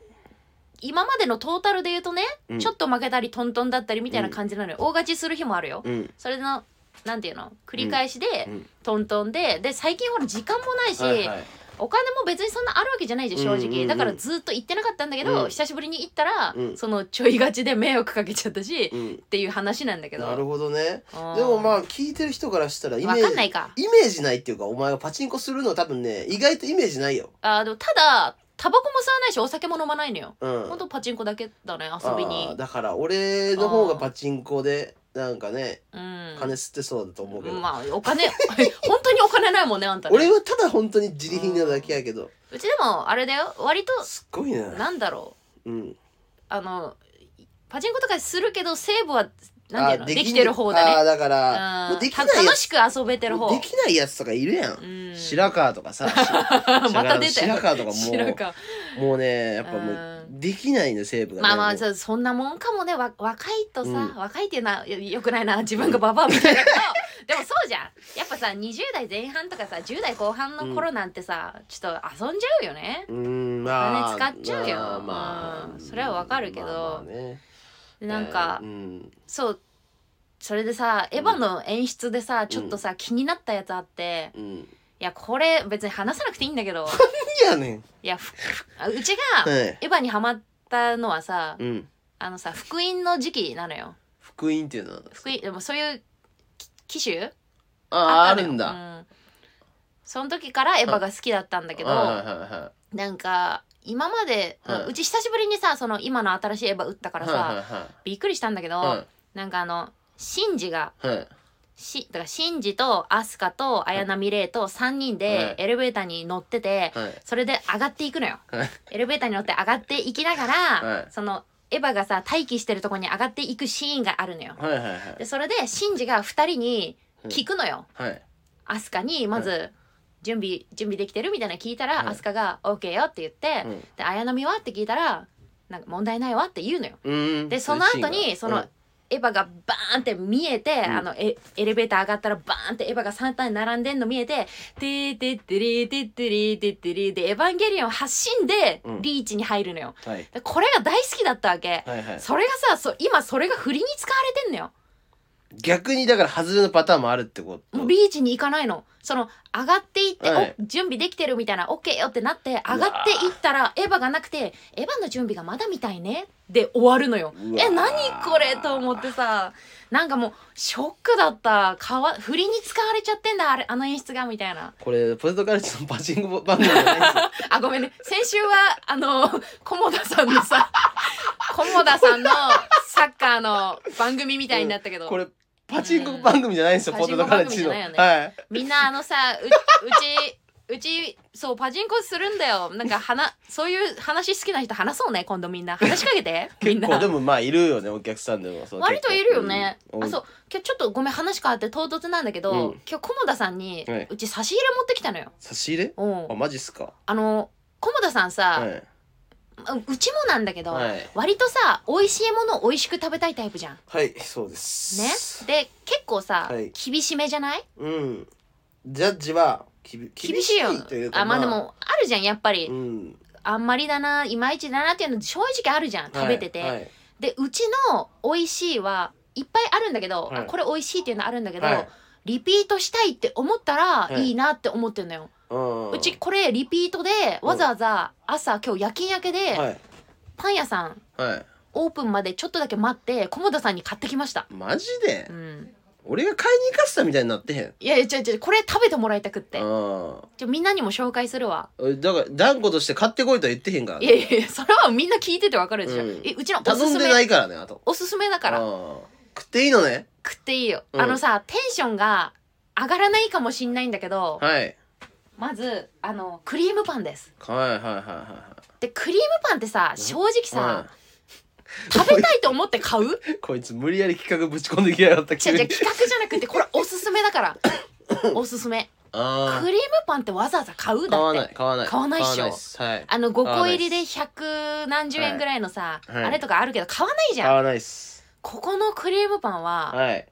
[SPEAKER 1] 今までのトータルで言うとね、
[SPEAKER 2] うん
[SPEAKER 1] ちょっと負けたりトントンだったりみたいな感じなのよ、大勝ちする日もあるよ、
[SPEAKER 2] うん
[SPEAKER 1] それのなんていうの繰り返しで、
[SPEAKER 2] うんうん
[SPEAKER 1] トントンでで最近ほら時間もないし、
[SPEAKER 2] はいはい
[SPEAKER 1] お金も別にそんなあるわけじゃないじゃん正直、
[SPEAKER 2] うんうんうん
[SPEAKER 1] だからずっと行ってなかったんだけど、
[SPEAKER 2] うん
[SPEAKER 1] 久しぶりに行ったら、
[SPEAKER 2] うん
[SPEAKER 1] そのちょい勝ちで迷惑かけちゃったし、っ
[SPEAKER 2] うん
[SPEAKER 1] ていう話なんだけど
[SPEAKER 2] なるほどね
[SPEAKER 1] うん
[SPEAKER 2] でもまあ聞いてる人からしたらイメージ
[SPEAKER 1] わかんないか
[SPEAKER 2] イメージないっていうかお前がパチンコするの多分ね意外とイメージないよ
[SPEAKER 1] あーでもただタバコも吸わないしお酒も飲まないのよ
[SPEAKER 2] うん
[SPEAKER 1] ほんとパチンコだけだね遊び
[SPEAKER 2] あー
[SPEAKER 1] に
[SPEAKER 2] だから俺の方がパチンコでなんかね
[SPEAKER 1] うん
[SPEAKER 2] 金吸ってそうだと思うけど、
[SPEAKER 1] まあお金 本当にお金ないもんねあんたね
[SPEAKER 2] 俺はただ本当に自利品なだけやけど、
[SPEAKER 1] うちでもあれだよ割と
[SPEAKER 2] すっごいな
[SPEAKER 1] なんだろう
[SPEAKER 2] うん
[SPEAKER 1] あのパチンコとかするけどセーブはなんていう
[SPEAKER 2] あ
[SPEAKER 1] のできてる方だね
[SPEAKER 2] あーだか
[SPEAKER 1] う
[SPEAKER 2] らもうんでき
[SPEAKER 1] た
[SPEAKER 2] ないや
[SPEAKER 1] 楽
[SPEAKER 2] つ
[SPEAKER 1] しく遊べてる方
[SPEAKER 2] もうできないやつとかいるやん、
[SPEAKER 1] うん
[SPEAKER 2] 白川と かさ
[SPEAKER 1] また出たよ
[SPEAKER 2] 白川とか
[SPEAKER 1] 白
[SPEAKER 2] も
[SPEAKER 1] 川
[SPEAKER 2] うもうねやっぱも
[SPEAKER 1] う
[SPEAKER 2] うんできないんだセーブが、ね、
[SPEAKER 1] まあまあ
[SPEAKER 2] もう
[SPEAKER 1] そそんなもんかもねわ若いとさ、
[SPEAKER 2] うん
[SPEAKER 1] 若いっていうのはよよくないな自分がババアみたいだ けどでもそうじゃんやっぱさ20代前半とかさ10代後半の頃なんてさ、ちょっと遊んじゃうよね
[SPEAKER 2] うーんまあ
[SPEAKER 1] お金使っちゃうよ
[SPEAKER 2] まあまあ
[SPEAKER 1] うんそれはわかるけど
[SPEAKER 2] まあまあね
[SPEAKER 1] なんか、
[SPEAKER 2] うん
[SPEAKER 1] そうそれでさエヴァの演出でさ、ちょっとさ気になったやつあって
[SPEAKER 2] うんい
[SPEAKER 1] いやこれ別に話さなくていいんだけど
[SPEAKER 2] やねん
[SPEAKER 1] いやふあうち
[SPEAKER 2] は
[SPEAKER 1] が
[SPEAKER 2] い
[SPEAKER 1] エヴァにハマったのはさ、
[SPEAKER 2] うん
[SPEAKER 1] あのさ福音の時期なのよ
[SPEAKER 2] 福音っていうのは
[SPEAKER 1] 福音でもそういうき機種
[SPEAKER 2] ああ
[SPEAKER 1] った
[SPEAKER 2] る
[SPEAKER 1] のよ
[SPEAKER 2] んだ、
[SPEAKER 1] うんその時からエヴァが好きだったんだけど、
[SPEAKER 2] はいはいは
[SPEAKER 1] なんか今まで、
[SPEAKER 2] はいう
[SPEAKER 1] ち久しぶりにさその今の新しいエヴァ打ったから
[SPEAKER 2] い
[SPEAKER 1] さ、
[SPEAKER 2] はいはい
[SPEAKER 1] びっくりしたんだけど、
[SPEAKER 2] は
[SPEAKER 1] なんかあのシンジが
[SPEAKER 2] いはい
[SPEAKER 1] しだからシンジとアスカと綾波レイと3人
[SPEAKER 2] は
[SPEAKER 1] で
[SPEAKER 2] い
[SPEAKER 1] エレベーターに乗ってて、
[SPEAKER 2] はい
[SPEAKER 1] それで上がっていくのよ。
[SPEAKER 2] はい
[SPEAKER 1] エレベーターに乗って上がっていきながら、
[SPEAKER 2] はい
[SPEAKER 1] そのエヴァがさ待機してるとこに上がっていくシーンがあるのよ。
[SPEAKER 2] はいはいはい
[SPEAKER 1] でそれでシンジが2人に聞くのよ。
[SPEAKER 2] はい
[SPEAKER 1] アスカにまず準備、準備できてるみたいなの聞いたら、
[SPEAKER 2] はい
[SPEAKER 1] アスカが「OK よ」って言って「
[SPEAKER 2] うん
[SPEAKER 1] で綾波は?」って聞いたら「なんか問題ないわ」って言うのよ。
[SPEAKER 2] うん
[SPEAKER 1] でその後にその、エヴァがバーンって見えて、あのエエレベーター上がったらバーンってエヴァが3体並んでんの見えて「てーてってれーてってれーてってれー」で「エヴァンゲリオン」発信で
[SPEAKER 2] うん
[SPEAKER 1] リーチに入るのよ。
[SPEAKER 2] はい
[SPEAKER 1] でこれが大好きだったわけ。
[SPEAKER 2] はいはい
[SPEAKER 1] それがさそ今それが振りに使われてんのよ。
[SPEAKER 2] 逆にだから外れのパターンもあるってこと
[SPEAKER 1] もうリーチに行かないの。その、上がっていって、
[SPEAKER 2] はい
[SPEAKER 1] お準備できてるみたいな、OK よってなって、上がっていったら、エヴァがなくて、エヴァの準備がまだみたいね。で、終わるのよ
[SPEAKER 2] う。わー
[SPEAKER 1] え、何これと思ってさ、なんかもう、ショックだった。かわ、振りに使われちゃってんだ、あれ、あの演出が、みたいな。
[SPEAKER 2] これポテトカレッジのパチンコ番組じゃないんですよ
[SPEAKER 1] あ、ごめんね。先週は、あの、菰田さんの さ、菰田さんのサッカーの番組みたいになったけ ど。
[SPEAKER 2] これパチンコ番組じゃないんですよ
[SPEAKER 1] うん
[SPEAKER 2] ポテトカレッジの
[SPEAKER 1] パチンコ番組じゃ
[SPEAKER 2] はい
[SPEAKER 1] みんなあのさううちうちそうパチンコするんだよなんか話そういう話好きな人話そうね今度みんな話しかけてみん
[SPEAKER 2] 結
[SPEAKER 1] な
[SPEAKER 2] 構でもまあいるよねお客さんでもそう
[SPEAKER 1] 割といるよね、あそうう今日ちょっとごめん話変わって唐突なんだけど、
[SPEAKER 2] うん
[SPEAKER 1] 今日菰田さんに、
[SPEAKER 2] はいう
[SPEAKER 1] ち差し入れ持ってきたのよ、
[SPEAKER 2] 差し入れ
[SPEAKER 1] う
[SPEAKER 2] あ
[SPEAKER 1] ん、
[SPEAKER 2] マジっすか
[SPEAKER 1] あの菰田さん
[SPEAKER 2] は
[SPEAKER 1] さ、
[SPEAKER 2] いう
[SPEAKER 1] ちもなんだけど、
[SPEAKER 2] はい
[SPEAKER 1] 割とさ美味しいものを美味しく食べたいタイプじゃんね
[SPEAKER 2] はいそうです
[SPEAKER 1] で結構さ、
[SPEAKER 2] はい
[SPEAKER 1] 厳しめじゃない
[SPEAKER 2] うんジャッジはきび
[SPEAKER 1] 厳しいよ
[SPEAKER 2] というか
[SPEAKER 1] あまあでもあるじゃんやっぱり、
[SPEAKER 2] うん
[SPEAKER 1] あんまりだないまいちだなっていうの正直あるじゃん食べてて、
[SPEAKER 2] はいはい
[SPEAKER 1] でうちの「美味しい」はいっぱいあるんだけど、
[SPEAKER 2] はい
[SPEAKER 1] あこれ美味しいっていうのあるんだけど、
[SPEAKER 2] はい
[SPEAKER 1] リピートしたいって思ったら
[SPEAKER 2] はい
[SPEAKER 1] いいなって思ってるのよ、
[SPEAKER 2] うん
[SPEAKER 1] うちこれリピートでわざわざ朝今日夜勤明けで、
[SPEAKER 2] はい
[SPEAKER 1] パン屋さん
[SPEAKER 2] はい
[SPEAKER 1] オープンまでちょっとだけ待って菰田さんに買ってきました、
[SPEAKER 2] マジで
[SPEAKER 1] うん、
[SPEAKER 2] 俺が買いに行かせたみたいになってへん
[SPEAKER 1] いやいや違う違うこれ食べてもらいたくって
[SPEAKER 2] あ
[SPEAKER 1] じゃみんなにも紹介するわ
[SPEAKER 2] あだから断固として買ってこいとは言ってへんから
[SPEAKER 1] い
[SPEAKER 2] ね
[SPEAKER 1] やいやいやそれはみんな聞いててわかるでしょ、
[SPEAKER 2] うん
[SPEAKER 1] えうちのおす
[SPEAKER 2] 頼
[SPEAKER 1] す
[SPEAKER 2] んでな
[SPEAKER 1] め
[SPEAKER 2] いからねあと
[SPEAKER 1] おすすめだから
[SPEAKER 2] あー食っていいのね
[SPEAKER 1] 食っていいよ、
[SPEAKER 2] うん
[SPEAKER 1] あのさテンションが上がらないかもしんないんだけど、
[SPEAKER 2] はい
[SPEAKER 1] まずあのクリームパンです
[SPEAKER 2] はいはいはいはいは
[SPEAKER 1] でクリームパンってさ正直
[SPEAKER 2] い
[SPEAKER 1] さ、
[SPEAKER 2] は
[SPEAKER 1] 食べたいと思って 買う違う
[SPEAKER 2] いこいつ無理やり企画ぶち込んできやがった
[SPEAKER 1] 違う企画じゃなくてこれおすすめだから おすすめ
[SPEAKER 2] あ
[SPEAKER 1] クリームパンってわざわざ買う
[SPEAKER 2] あ買
[SPEAKER 1] だ
[SPEAKER 2] わ
[SPEAKER 1] っ
[SPEAKER 2] ない
[SPEAKER 1] て
[SPEAKER 2] 買わない
[SPEAKER 1] 買わないっしょ
[SPEAKER 2] っすはい
[SPEAKER 1] あの5
[SPEAKER 2] 買わ
[SPEAKER 1] 個
[SPEAKER 2] ない
[SPEAKER 1] 入
[SPEAKER 2] っす
[SPEAKER 1] りで百何十円ぐらいのさ、
[SPEAKER 2] はいはい
[SPEAKER 1] あれとかあるけど買わないじ
[SPEAKER 2] 買
[SPEAKER 1] ゃん
[SPEAKER 2] わないっす
[SPEAKER 1] ここのクリームパンは
[SPEAKER 2] はい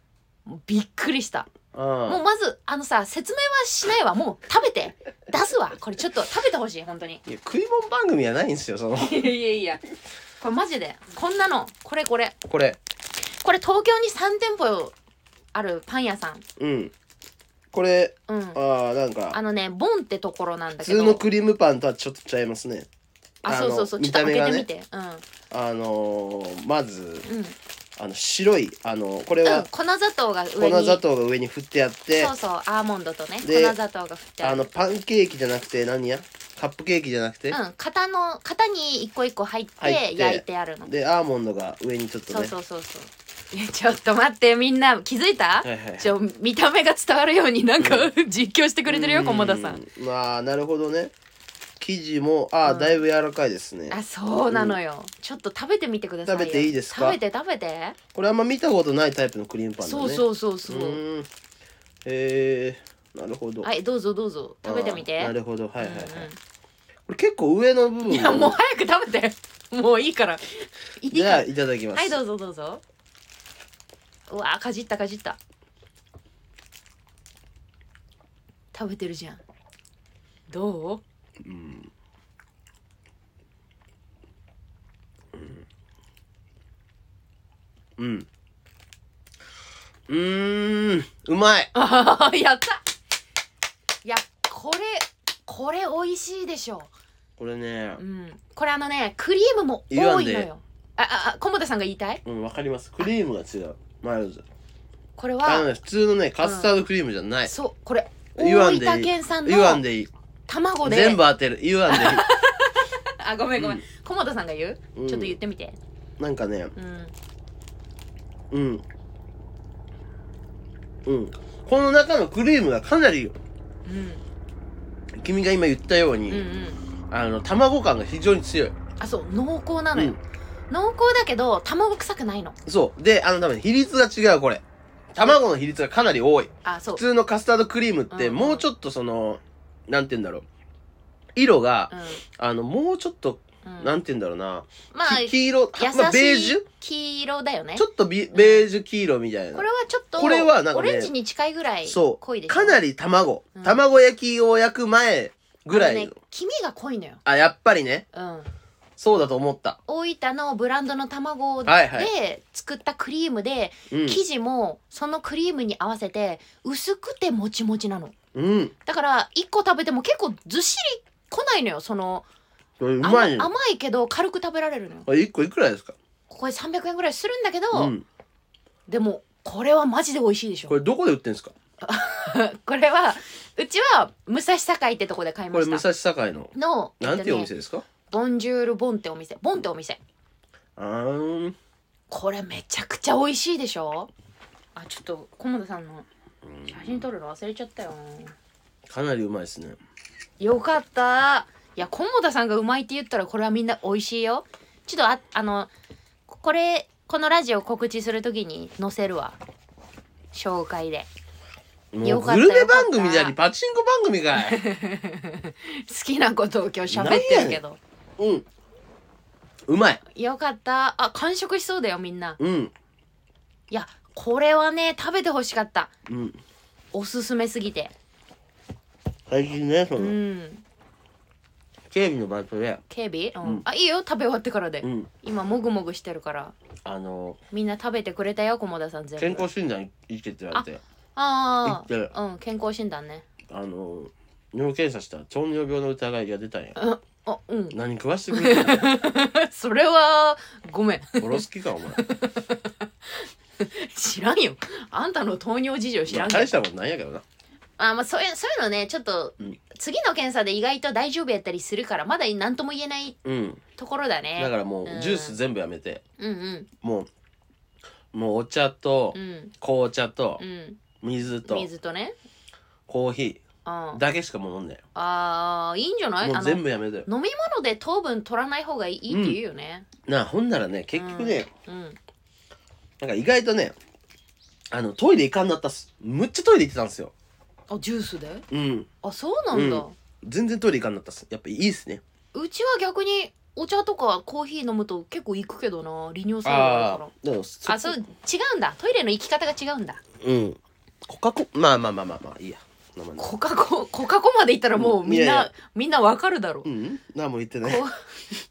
[SPEAKER 1] びっくりした、
[SPEAKER 2] うん
[SPEAKER 1] もうまずあのさ説明はしないわもう食べて出すわこれちょっと食べてほしい本当に
[SPEAKER 2] いや食い物番組はないんですよその
[SPEAKER 1] いやいやいやこれマジでこんなのこれこれ
[SPEAKER 2] これ
[SPEAKER 1] これ東京に3店舗あるパン屋さん
[SPEAKER 2] うんこれ
[SPEAKER 1] うん
[SPEAKER 2] ああなん
[SPEAKER 1] あ
[SPEAKER 2] か
[SPEAKER 1] のねボンってところなんだ
[SPEAKER 2] 普
[SPEAKER 1] けど
[SPEAKER 2] 通のクリームパンとはちょっとちゃいますね
[SPEAKER 1] あそうそうそう
[SPEAKER 2] あ
[SPEAKER 1] ち
[SPEAKER 2] の
[SPEAKER 1] ょっと開けて
[SPEAKER 2] 見
[SPEAKER 1] み
[SPEAKER 2] た
[SPEAKER 1] て、
[SPEAKER 2] あのーまず
[SPEAKER 1] うんうん
[SPEAKER 2] あの白いあのこれ
[SPEAKER 1] うん
[SPEAKER 2] は
[SPEAKER 1] 粉砂糖が
[SPEAKER 2] 粉
[SPEAKER 1] 上に
[SPEAKER 2] 砂糖が上に振ってあって
[SPEAKER 1] そうそうアーモンドとね粉
[SPEAKER 2] で
[SPEAKER 1] 砂糖が振ってあ
[SPEAKER 2] あ
[SPEAKER 1] る
[SPEAKER 2] のパンケーキじゃなくて何やカップケーキじゃなくて、
[SPEAKER 1] うん型の型に一個一個入って
[SPEAKER 2] 入って
[SPEAKER 1] 焼いてあるの
[SPEAKER 2] でアーモンドが上にちょっと
[SPEAKER 1] そう
[SPEAKER 2] ね
[SPEAKER 1] そうそうそういやちょっと待ってみんな気づいた、
[SPEAKER 2] はいはいはい
[SPEAKER 1] ちょ見た目が伝わるようになんか 実況してくれてるよ駒田さん
[SPEAKER 2] うまあなるほどね生地もああ、
[SPEAKER 1] うん
[SPEAKER 2] だいぶ柔らかいですね
[SPEAKER 1] あそうなのよ、ちょっと食べてみてくださいよ
[SPEAKER 2] 食べていいですか
[SPEAKER 1] 食べて食べて
[SPEAKER 2] これあんま見たことないタイプのクリームパンだね
[SPEAKER 1] そうそうそうそう
[SPEAKER 2] うーんへえなるほど
[SPEAKER 1] はいどうぞどうぞ食べてみて
[SPEAKER 2] あーなるほどはいはいはい、
[SPEAKER 1] うんうん
[SPEAKER 2] これ結構上の部分
[SPEAKER 1] いや
[SPEAKER 2] も
[SPEAKER 1] もう早く食べてもういいからいい
[SPEAKER 2] じ
[SPEAKER 1] か
[SPEAKER 2] ゃあ
[SPEAKER 1] ら
[SPEAKER 2] いただきます
[SPEAKER 1] はいどうぞどうぞうわーかじったかじった食べてるじゃんどう
[SPEAKER 2] うんうんうーんうまい
[SPEAKER 1] あーやったいやこれこれ美味しいでしょ
[SPEAKER 2] これね
[SPEAKER 1] うんこれあのねクリームも
[SPEAKER 2] 言わ
[SPEAKER 1] 多
[SPEAKER 2] ん
[SPEAKER 1] いの
[SPEAKER 2] で
[SPEAKER 1] よあああ菰田さんが言いたい
[SPEAKER 2] うんわかりますクリームが違うマイルド
[SPEAKER 1] これ
[SPEAKER 2] あの
[SPEAKER 1] は
[SPEAKER 2] ね普通のねカスタードクリームじゃない
[SPEAKER 1] そうこれ
[SPEAKER 2] 言わ
[SPEAKER 1] 大
[SPEAKER 2] んでいい
[SPEAKER 1] 分県産
[SPEAKER 2] 言わん
[SPEAKER 1] の
[SPEAKER 2] でいい
[SPEAKER 1] 卵で
[SPEAKER 2] 全部当てる言わんでい
[SPEAKER 1] あごめんごめん
[SPEAKER 2] うん
[SPEAKER 1] 菰田さんが言う
[SPEAKER 2] い、うん
[SPEAKER 1] ちょっと言ってみて
[SPEAKER 2] なんかね
[SPEAKER 1] うん
[SPEAKER 2] うんうんこの中のクリームがかなり
[SPEAKER 1] うん
[SPEAKER 2] 君が今言ったように、
[SPEAKER 1] うんうん
[SPEAKER 2] あの卵感が非常に強い、
[SPEAKER 1] あそう濃厚な
[SPEAKER 2] う
[SPEAKER 1] のよ
[SPEAKER 2] ん、
[SPEAKER 1] 濃厚だけど卵臭くないの
[SPEAKER 2] そうであの多分比率が違うこれ卵の比率がかなり多い
[SPEAKER 1] あそう
[SPEAKER 2] 普通のカスタードクリームって
[SPEAKER 1] うん
[SPEAKER 2] もうちょっとその、なんて言うんだろう色が、あのもうちょっと、
[SPEAKER 1] うんうん
[SPEAKER 2] なんて言うんだろうな、
[SPEAKER 1] まあ
[SPEAKER 2] き
[SPEAKER 1] 優し
[SPEAKER 2] 黄色、まあ、ベージ
[SPEAKER 1] い
[SPEAKER 2] ュ
[SPEAKER 1] 黄色だよね
[SPEAKER 2] ちょっとビベージュ黄色みたいな
[SPEAKER 1] これはちょっと
[SPEAKER 2] これはなんかね
[SPEAKER 1] オレンジに近いぐらい
[SPEAKER 2] そう
[SPEAKER 1] 濃いでしょ
[SPEAKER 2] かなり卵、
[SPEAKER 1] うん
[SPEAKER 2] 卵焼きを焼く前ぐらいの
[SPEAKER 1] あのね黄身が濃いのよ
[SPEAKER 2] あやっぱりね
[SPEAKER 1] うん
[SPEAKER 2] そうだと思った
[SPEAKER 1] 大分のブランドの卵で
[SPEAKER 2] はいはい
[SPEAKER 1] 作ったクリームで
[SPEAKER 2] うん
[SPEAKER 1] 生地もそのクリームに合わせて薄くてもちもちなの
[SPEAKER 2] うん
[SPEAKER 1] だから1個食べても結構ずっしり来ないのよその
[SPEAKER 2] これう
[SPEAKER 1] 甘
[SPEAKER 2] まいね
[SPEAKER 1] 甘いけど軽く食べられるのよ
[SPEAKER 2] これ1個いくらですか
[SPEAKER 1] これ300円ぐらいするんだけど、
[SPEAKER 2] うん
[SPEAKER 1] でもこれはマジで美味しいでしょ
[SPEAKER 2] これどこで売ってんですか
[SPEAKER 1] これはうちは武蔵境ってとこで買い
[SPEAKER 2] こ
[SPEAKER 1] ま
[SPEAKER 2] れ
[SPEAKER 1] し
[SPEAKER 2] 武
[SPEAKER 1] た
[SPEAKER 2] 蔵境の
[SPEAKER 1] の
[SPEAKER 2] なんていうお
[SPEAKER 1] えっと
[SPEAKER 2] 店
[SPEAKER 1] ね、
[SPEAKER 2] ですか、
[SPEAKER 1] ボンジュールボンってお店ボンってお店
[SPEAKER 2] あーん
[SPEAKER 1] これめちゃくちゃ美味しいでしょあちょっと菰田さんの写真撮るの忘れちゃったよ
[SPEAKER 2] かなりうまいですね
[SPEAKER 1] よかったいや菰田さんがうまいって言ったらこれはみんな美味しいよちょっとああのここれこのラジオ告知するときに載せるわ紹介で
[SPEAKER 2] も
[SPEAKER 1] よ
[SPEAKER 2] う
[SPEAKER 1] かっ
[SPEAKER 2] グ
[SPEAKER 1] た
[SPEAKER 2] ルメ番組であ
[SPEAKER 1] よ
[SPEAKER 2] り
[SPEAKER 1] か
[SPEAKER 2] パチンコ番組 かい
[SPEAKER 1] 好きなことを今日喋ってるけど
[SPEAKER 2] うんうまい
[SPEAKER 1] よかったあ完食しそうだよみんな
[SPEAKER 2] うん
[SPEAKER 1] いやこれはね食べてほしかった
[SPEAKER 2] うん
[SPEAKER 1] おすすめすぎて
[SPEAKER 2] 最近ねそうの、
[SPEAKER 1] ん
[SPEAKER 2] 警備のバイトで
[SPEAKER 1] 警備、うん
[SPEAKER 2] うん
[SPEAKER 1] あいいよ食べ終わってからで、
[SPEAKER 2] うん
[SPEAKER 1] 今もぐもぐしてるから
[SPEAKER 2] あの
[SPEAKER 1] みんな食べてくれたよ菰田さん全部
[SPEAKER 2] 健康診断行けって言われて行
[SPEAKER 1] あ
[SPEAKER 2] ってる
[SPEAKER 1] あうん健康診断ね
[SPEAKER 2] あの尿検査したら糖尿病の疑いが出たんや
[SPEAKER 1] うんあうん
[SPEAKER 2] 何食わしてくれてんの
[SPEAKER 1] それはごめん
[SPEAKER 2] 殺す気かお前
[SPEAKER 1] 知らんよあんたの糖尿事情知
[SPEAKER 2] ま
[SPEAKER 1] ら
[SPEAKER 2] あ
[SPEAKER 1] んけど
[SPEAKER 2] 大したことないんやけどな
[SPEAKER 1] あまあそういうそういうのねちょっと、
[SPEAKER 2] うん
[SPEAKER 1] 次の検査で意外と大丈夫やったりするからまだ何とも言えない
[SPEAKER 2] うん
[SPEAKER 1] ところだね
[SPEAKER 2] だから
[SPEAKER 1] う
[SPEAKER 2] も
[SPEAKER 1] ん
[SPEAKER 2] うジュース全部やめて
[SPEAKER 1] うんうん
[SPEAKER 2] もうもうお茶と
[SPEAKER 1] うん
[SPEAKER 2] 紅茶と
[SPEAKER 1] うん
[SPEAKER 2] 水と
[SPEAKER 1] 水とね
[SPEAKER 2] コーヒ
[SPEAKER 1] あ
[SPEAKER 2] ーだけしかもう飲んね
[SPEAKER 1] あーいいんじゃない
[SPEAKER 2] んも
[SPEAKER 1] あ
[SPEAKER 2] う
[SPEAKER 1] の
[SPEAKER 2] 全部やめてよ
[SPEAKER 1] 飲み物で糖分取らない方がいいって言うよね、
[SPEAKER 2] なあほんならね結局ね
[SPEAKER 1] うん、
[SPEAKER 2] なんか意外とねあのトイレ行かんなったっすむっちゃトイレ行ってたんですよ
[SPEAKER 1] あジュースで
[SPEAKER 2] うん
[SPEAKER 1] あそうなんだ、
[SPEAKER 2] 全然トイレ行かんなったっすやっぱいいっすね
[SPEAKER 1] うちは逆にお茶とかコーヒー飲むと結構行くけどな利尿作用があるか
[SPEAKER 2] ああでも
[SPEAKER 1] らあそう違うんだトイレの行き方が違うんだ
[SPEAKER 2] うんコカコまあまあまあまあまあいいや名前
[SPEAKER 1] コカココカコまでいったらもうみんな、
[SPEAKER 2] いやいや
[SPEAKER 1] みんなわかるだろ、
[SPEAKER 2] うん何も言ってない
[SPEAKER 1] こ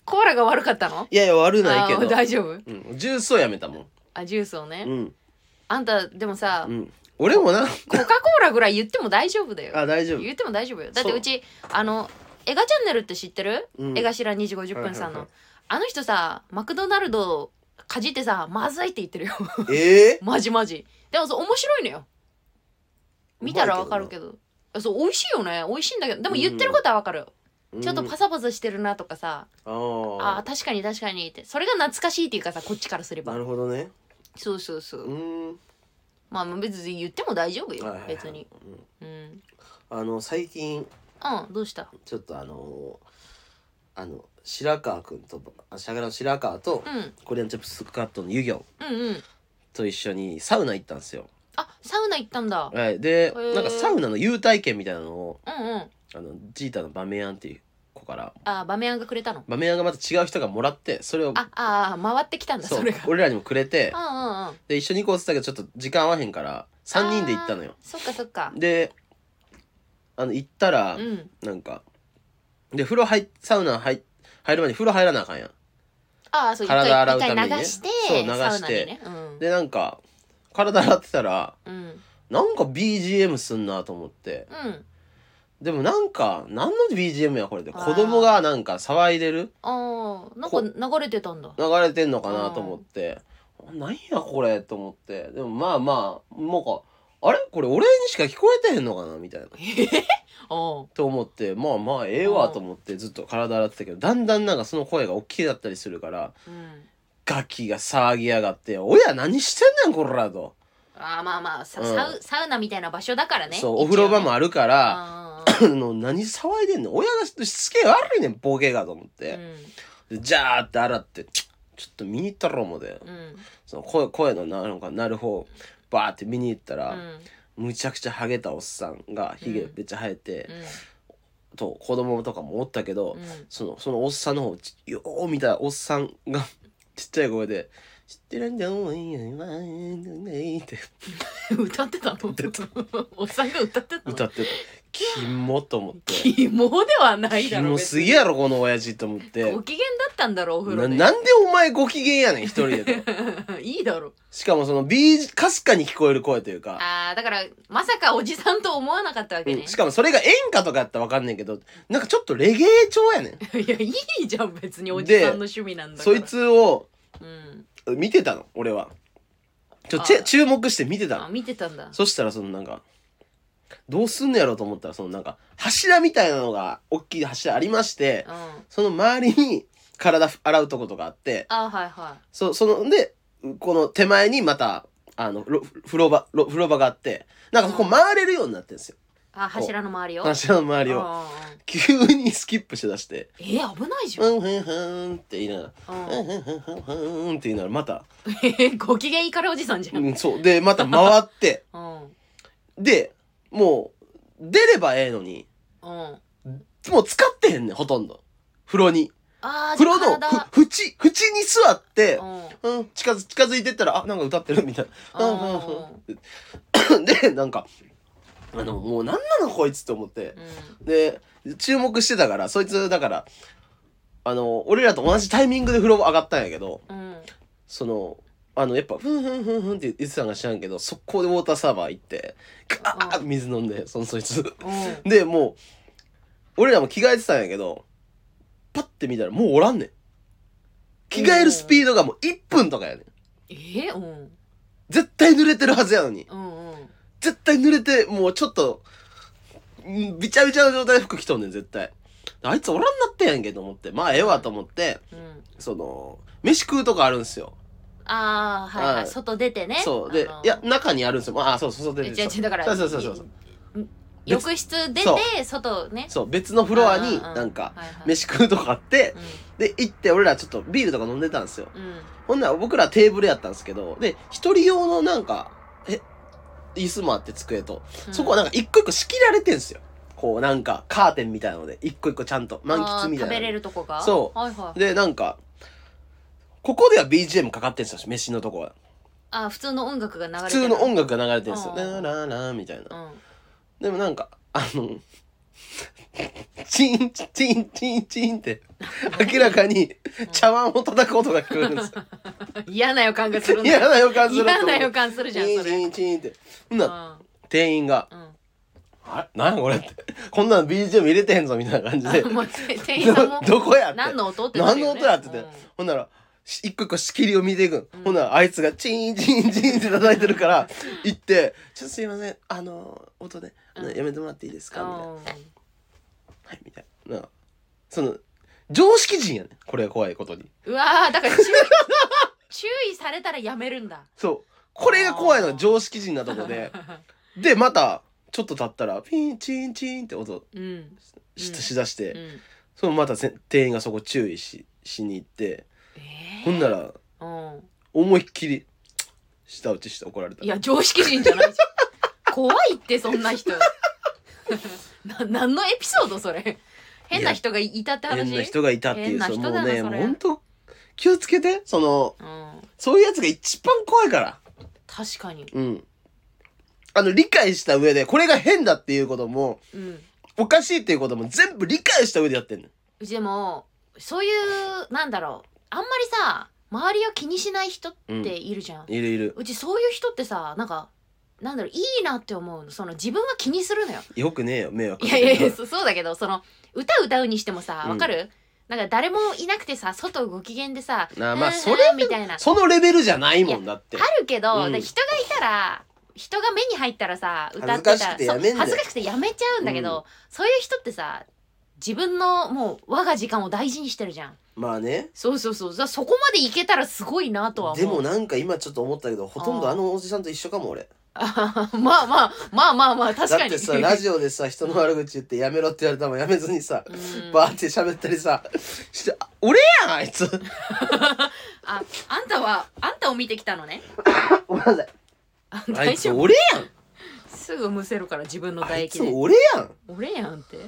[SPEAKER 1] コーラが悪かったの
[SPEAKER 2] いやいや悪ないけ
[SPEAKER 1] あー
[SPEAKER 2] ど、
[SPEAKER 1] 大丈夫
[SPEAKER 2] うん、ジュースをやめたもん
[SPEAKER 1] あジュースをね、
[SPEAKER 2] うん
[SPEAKER 1] あんたでもさ、
[SPEAKER 2] うん俺もな
[SPEAKER 1] コカ・コーラぐらい言っても大丈夫だよ
[SPEAKER 2] あ大丈夫
[SPEAKER 1] 言っても大丈夫よだっ
[SPEAKER 2] そ
[SPEAKER 1] て
[SPEAKER 2] う
[SPEAKER 1] うちあの映画チャンネルって知ってる、
[SPEAKER 2] うん
[SPEAKER 1] 映画頭2時50分さんの、
[SPEAKER 2] はいはいはい
[SPEAKER 1] あの人さマクドナルドかじってさまずいって言ってるよ
[SPEAKER 2] ええ
[SPEAKER 1] マジマジでもそう面白いのよ見たらわかるけどあそう美味しいよね美味しいんだけどでも言ってることはわかる、ちょっとパ
[SPEAKER 2] ス、
[SPEAKER 1] サパサしてるなとかさ、
[SPEAKER 2] うん
[SPEAKER 1] あ
[SPEAKER 2] あ
[SPEAKER 1] あ確かに確かにってそれが懐かしいっていうかさこっちからすれ
[SPEAKER 2] あな
[SPEAKER 1] ば
[SPEAKER 2] るほどね
[SPEAKER 1] そうそうそう、
[SPEAKER 2] うん
[SPEAKER 1] まあ別に言っても大丈夫よ、
[SPEAKER 2] はいはいはい
[SPEAKER 1] 別にうん
[SPEAKER 2] あの最近
[SPEAKER 1] うんどうした
[SPEAKER 2] ちょっとあのーあの白川君とあシャガラの白川と
[SPEAKER 1] うんうん
[SPEAKER 2] コリアンチョップスカットの湯行
[SPEAKER 1] うん
[SPEAKER 2] と一緒にサウナ行ったんですよ。
[SPEAKER 1] あサウナ行ったんだ
[SPEAKER 2] はい、で
[SPEAKER 1] ー
[SPEAKER 2] なんかサウナの優待券みたいなのを
[SPEAKER 1] うんうん
[SPEAKER 2] あのジータのバメヤンっていう子から
[SPEAKER 1] あバメヤンがくれたの
[SPEAKER 2] バメヤンがまた違う人がもらってそれを
[SPEAKER 1] ああー回ってきたんだ
[SPEAKER 2] そ
[SPEAKER 1] そうれが
[SPEAKER 2] 俺らにもくれて
[SPEAKER 1] うんうんうん
[SPEAKER 2] で一緒に行こうって言ってたけどちょっと時間合わへんから3人で行ったのよ
[SPEAKER 1] あ。ーそっかそっか
[SPEAKER 2] であの行ったら
[SPEAKER 1] うん
[SPEAKER 2] なんかで風呂入っサウナ入っ入る前に風呂入らなあかんやん。
[SPEAKER 1] ああそう一回
[SPEAKER 2] 体洗う
[SPEAKER 1] 一
[SPEAKER 2] ためにね
[SPEAKER 1] 回流して
[SPEAKER 2] そう流して
[SPEAKER 1] サウナにねうん
[SPEAKER 2] でなんか体洗ってたら
[SPEAKER 1] うん
[SPEAKER 2] なんか BGM すんなと思って
[SPEAKER 1] うん
[SPEAKER 2] でもなんか何の BGM やこれで
[SPEAKER 1] あー
[SPEAKER 2] 子供がなんか騒いでる
[SPEAKER 1] ああなんか流れてたんだ
[SPEAKER 2] 流れてんのかなと思ってなんやこれと思ってでもまあまあなんかあれこれ俺にしか聞こえてへんのかなみたいな
[SPEAKER 1] おう
[SPEAKER 2] と思ってまあまあええわと思ってずっと体洗ってたけどだんだんなんかその声が大きいだったりするから
[SPEAKER 1] うん
[SPEAKER 2] ガキが騒ぎやがって「親何してんねんこら」と、
[SPEAKER 1] あーまあまあさ
[SPEAKER 2] うん
[SPEAKER 1] サウサウナみたいな場所だからね
[SPEAKER 2] そうお風呂場も
[SPEAKER 1] あ
[SPEAKER 2] あるから、
[SPEAKER 1] あ
[SPEAKER 2] あ の何騒いでんの親がしつけ悪いねんボケがと思って、でじゃーって洗ってちょっと見に行ったろ思て
[SPEAKER 1] うんうん
[SPEAKER 2] その声声のななんかなる方バーって見に行ったら、
[SPEAKER 1] うん
[SPEAKER 2] むちゃくちゃハゲたおっさんがひげめっちゃ生えて
[SPEAKER 1] う、ん
[SPEAKER 2] と子供とかもおったけど、
[SPEAKER 1] うん
[SPEAKER 2] そのそのおっさんの方ちよう見たらおっさんがちっちゃい声で「知ってるんだもんいいよいいって
[SPEAKER 1] 歌ってたのおっさんが歌ってたの
[SPEAKER 2] 歌ってた「キモ」と思って「
[SPEAKER 1] キモではない
[SPEAKER 2] キ
[SPEAKER 1] だろ
[SPEAKER 2] モ
[SPEAKER 1] 別
[SPEAKER 2] す
[SPEAKER 1] に
[SPEAKER 2] ぎやろこの親父」と思って。
[SPEAKER 1] ご機嫌だったんだろお風呂
[SPEAKER 2] な
[SPEAKER 1] で
[SPEAKER 2] なんでお前ご機嫌やねん一人 でと
[SPEAKER 1] いいだろ
[SPEAKER 2] しかもその B かすかに聞こえる声というか、
[SPEAKER 1] あーだからまさかおじさんと思わなかったわけ
[SPEAKER 2] う
[SPEAKER 1] ね
[SPEAKER 2] ん、しかもそれが演歌とかやったらわかんねんけどなんかちょっとレゲエ調やねん
[SPEAKER 1] いやいいじゃん別におじさんの趣味なんだか
[SPEAKER 2] そ
[SPEAKER 1] ら
[SPEAKER 2] いつを
[SPEAKER 1] うん
[SPEAKER 2] 見てたの俺はちょ
[SPEAKER 1] あ
[SPEAKER 2] ち注目して見てた
[SPEAKER 1] あ
[SPEAKER 2] の
[SPEAKER 1] 見てたんだ
[SPEAKER 2] そしたらそのなんかどうすんのやろうと思ったらそのなんか柱みたいなのが大きい柱ありまして
[SPEAKER 1] うん
[SPEAKER 2] その周りに体洗うとことかあって
[SPEAKER 1] あはいは
[SPEAKER 2] そそのんでこの手前にまたあのろ風呂場ろ風呂場があってなんかそこ回れるようになってるんですよ
[SPEAKER 1] いあ柱の周りを
[SPEAKER 2] 柱の周りを
[SPEAKER 1] あ
[SPEAKER 2] 急にスキップして出して
[SPEAKER 1] ーえー危ない
[SPEAKER 2] 「
[SPEAKER 1] じゃ
[SPEAKER 2] ふ
[SPEAKER 1] ん
[SPEAKER 2] んふんふん」って言いながら「ふん
[SPEAKER 1] うん
[SPEAKER 2] ふんふんふんふん」って言いながらまた、
[SPEAKER 1] ご機嫌いかれおじさんじゃん
[SPEAKER 2] うん、そうでまた回って
[SPEAKER 1] うんうん
[SPEAKER 2] でもう出ればええのに
[SPEAKER 1] あ
[SPEAKER 2] もう使ってへんねんほとんど風呂に
[SPEAKER 1] あーじ
[SPEAKER 2] 風
[SPEAKER 1] ゃ
[SPEAKER 2] 呂
[SPEAKER 1] あ
[SPEAKER 2] の
[SPEAKER 1] 体
[SPEAKER 2] ふ縁縁に座って
[SPEAKER 1] う、ん
[SPEAKER 2] うん、近づ近づいてったら「あなんか歌ってる」みたいな「うんうんうん」でなん かあのもうなんなのこいつって思って
[SPEAKER 1] う、ん
[SPEAKER 2] で注目してたからそいつだからあの俺らと同じタイミングで風呂上がったんやけど
[SPEAKER 1] うん
[SPEAKER 2] そのあのやっぱふんふんふんふんって言ってたんか知らんけど速攻でウォーターサーバー行ってガーッ
[SPEAKER 1] う
[SPEAKER 2] 水飲んでそのそいつ
[SPEAKER 1] うん
[SPEAKER 2] でもう俺らも着替えてたんやけどパッて見たらもうおらんねん着替えるスピードがもう1分とかやねん
[SPEAKER 1] えーうん
[SPEAKER 2] 絶対濡れてるはずやのに
[SPEAKER 1] うんうん
[SPEAKER 2] 絶対濡れてもうちょっとんびちゃびちゃの状態で服着とんねん絶対あいつおらんなってんやんけと思ってまあええわと思って
[SPEAKER 1] うん
[SPEAKER 2] その飯食うとこあるんすよ、
[SPEAKER 1] ああはい、
[SPEAKER 2] は
[SPEAKER 1] はいい、外出てね
[SPEAKER 2] そうで
[SPEAKER 1] あの
[SPEAKER 2] いや中にあるんすよまああそうそうそう
[SPEAKER 1] え
[SPEAKER 2] で
[SPEAKER 1] 違う違うだから
[SPEAKER 2] そうそうそうそうそう
[SPEAKER 1] い浴室出
[SPEAKER 2] そ
[SPEAKER 1] て外ね
[SPEAKER 2] そう別のフロアに
[SPEAKER 1] うんうん
[SPEAKER 2] なんか
[SPEAKER 1] はいはい
[SPEAKER 2] 飯食うとこあって
[SPEAKER 1] うん
[SPEAKER 2] で行って俺らちょっとビールとか飲んでたんですよ
[SPEAKER 1] うん
[SPEAKER 2] ほんなら僕らテーブルやったんですけどで一人用のなんかえ椅子もあって机と
[SPEAKER 1] うん
[SPEAKER 2] そこはなんか一個一個仕切られてんすよ。こうなんかカーテンみたいなので、一個一個ちゃんと満喫みたい
[SPEAKER 1] あー食
[SPEAKER 2] な。
[SPEAKER 1] べれるとこが
[SPEAKER 2] そう
[SPEAKER 1] はいはい
[SPEAKER 2] で、なんか、ここでは BGM かかってんすよ、飯のとこは。
[SPEAKER 1] あー普通の音楽が流れ
[SPEAKER 2] 普
[SPEAKER 1] て
[SPEAKER 2] 通の音楽が流れてんすよ。
[SPEAKER 1] あー
[SPEAKER 2] ラララみたいな。
[SPEAKER 1] 楽
[SPEAKER 2] でもなんか、あの、チンチンチンチンチンって、明らかに茶碗を叩く音が聞こえるんで すよ。
[SPEAKER 1] 嫌な予感がするんだ
[SPEAKER 2] 嫌な予感すると
[SPEAKER 1] 嫌
[SPEAKER 2] 思う。
[SPEAKER 1] な予感するじゃん
[SPEAKER 2] チ
[SPEAKER 1] そ
[SPEAKER 2] ン
[SPEAKER 1] れ
[SPEAKER 2] チンチンって。ほんなら
[SPEAKER 1] う
[SPEAKER 2] 店員が、
[SPEAKER 1] んうん
[SPEAKER 2] あれ何やこれって。こんなの BGM 入れてへんぞみたいな感じで。
[SPEAKER 1] もう店員さんも
[SPEAKER 2] ど どこやって。
[SPEAKER 1] 何の音ってな
[SPEAKER 2] 何
[SPEAKER 1] る
[SPEAKER 2] の
[SPEAKER 1] よね
[SPEAKER 2] 音やってて、
[SPEAKER 1] うん
[SPEAKER 2] ほんならし一個一個仕切りを見ていく、ほんならあいつがチンチンチンって叩いてるから行って「ちょっとすいませんあの音ね、あの
[SPEAKER 1] うん
[SPEAKER 2] やめてもらっていいですか?」みたいな
[SPEAKER 1] うん
[SPEAKER 2] 「はい」みたいななその常識人やねんこれが怖いことに
[SPEAKER 1] うわーだから注意 注意されたらやめるんだ
[SPEAKER 2] そうこれが怖いのは
[SPEAKER 1] あー
[SPEAKER 2] 常識人なとこででまたちょっと経ったらピンチンチンって音
[SPEAKER 1] うん
[SPEAKER 2] し
[SPEAKER 1] うん
[SPEAKER 2] しだして、
[SPEAKER 1] うん
[SPEAKER 2] そのまたせ店員がそこ注意ししに行って
[SPEAKER 1] えー
[SPEAKER 2] ほんなら
[SPEAKER 1] うん
[SPEAKER 2] 思いっきり舌打ちして怒られた
[SPEAKER 1] いや常識人じゃないじゃん怖いってそんな人 な何のエピソードそれ変な人がいたって話
[SPEAKER 2] 変な人がいたっていう
[SPEAKER 1] 変な
[SPEAKER 2] そ
[SPEAKER 1] 人
[SPEAKER 2] う
[SPEAKER 1] だ
[SPEAKER 2] も
[SPEAKER 1] な
[SPEAKER 2] うね
[SPEAKER 1] そ
[SPEAKER 2] もう
[SPEAKER 1] れ
[SPEAKER 2] 本当気をつけてその
[SPEAKER 1] うん、
[SPEAKER 2] そういうやつが一番怖いから
[SPEAKER 1] 確かに
[SPEAKER 2] うんあの理解した上でこれが変だっていうことも
[SPEAKER 1] うん
[SPEAKER 2] おかしいっていうことも全部理解した上でやってんの
[SPEAKER 1] うちでもそういうなんだろうあんまりさ周りを気にしない人っているじゃん、う
[SPEAKER 2] いるいる
[SPEAKER 1] ちそういう人ってさなんかなんだろういいなって思うのその自分は気にするのよ
[SPEAKER 2] よくねえよ迷惑
[SPEAKER 1] い
[SPEAKER 2] か
[SPEAKER 1] や
[SPEAKER 2] け
[SPEAKER 1] い
[SPEAKER 2] て
[SPEAKER 1] やいやそそうだけどその歌歌うにしてもさ
[SPEAKER 2] うん
[SPEAKER 1] わかる、なんか誰もいなくてさ外ご機嫌でさ
[SPEAKER 2] なあまあ
[SPEAKER 1] うんうん
[SPEAKER 2] それ
[SPEAKER 1] みたいな
[SPEAKER 2] そのレベルじゃないもんだって
[SPEAKER 1] あるけど、
[SPEAKER 2] うん
[SPEAKER 1] で人がいたら人が目に入ったらさ歌ってたら
[SPEAKER 2] 恥ずかしくてや
[SPEAKER 1] そう
[SPEAKER 2] めんだよ
[SPEAKER 1] 恥ずかしくてやめちゃうんだけど、そういう人ってさ自分のもう我が時間を大事にしてるじゃん
[SPEAKER 2] まあね
[SPEAKER 1] そうそうそうだからそこまでいけたらすごいなとは思う
[SPEAKER 2] でもなんか今ちょっと思ったけどほとんどあのおじさんと一緒かも俺
[SPEAKER 1] あ まあまあまあまあまあ確
[SPEAKER 2] だ
[SPEAKER 1] か
[SPEAKER 2] っ
[SPEAKER 1] に
[SPEAKER 2] てさラジオでさ人の悪口言ってやめろって言われたもんやめずにさ
[SPEAKER 1] うん
[SPEAKER 2] バーって喋ったりさしてあ俺やんあいつ
[SPEAKER 1] ああんたはあんたを見てきたのね
[SPEAKER 2] ごめんなさい
[SPEAKER 1] あ
[SPEAKER 2] あい
[SPEAKER 1] 大
[SPEAKER 2] つ
[SPEAKER 1] 丈夫
[SPEAKER 2] 俺やん
[SPEAKER 1] すぐむせるから自分の
[SPEAKER 2] あ
[SPEAKER 1] 唾
[SPEAKER 2] い
[SPEAKER 1] 液
[SPEAKER 2] つ
[SPEAKER 1] で
[SPEAKER 2] 俺やん
[SPEAKER 1] 俺やんって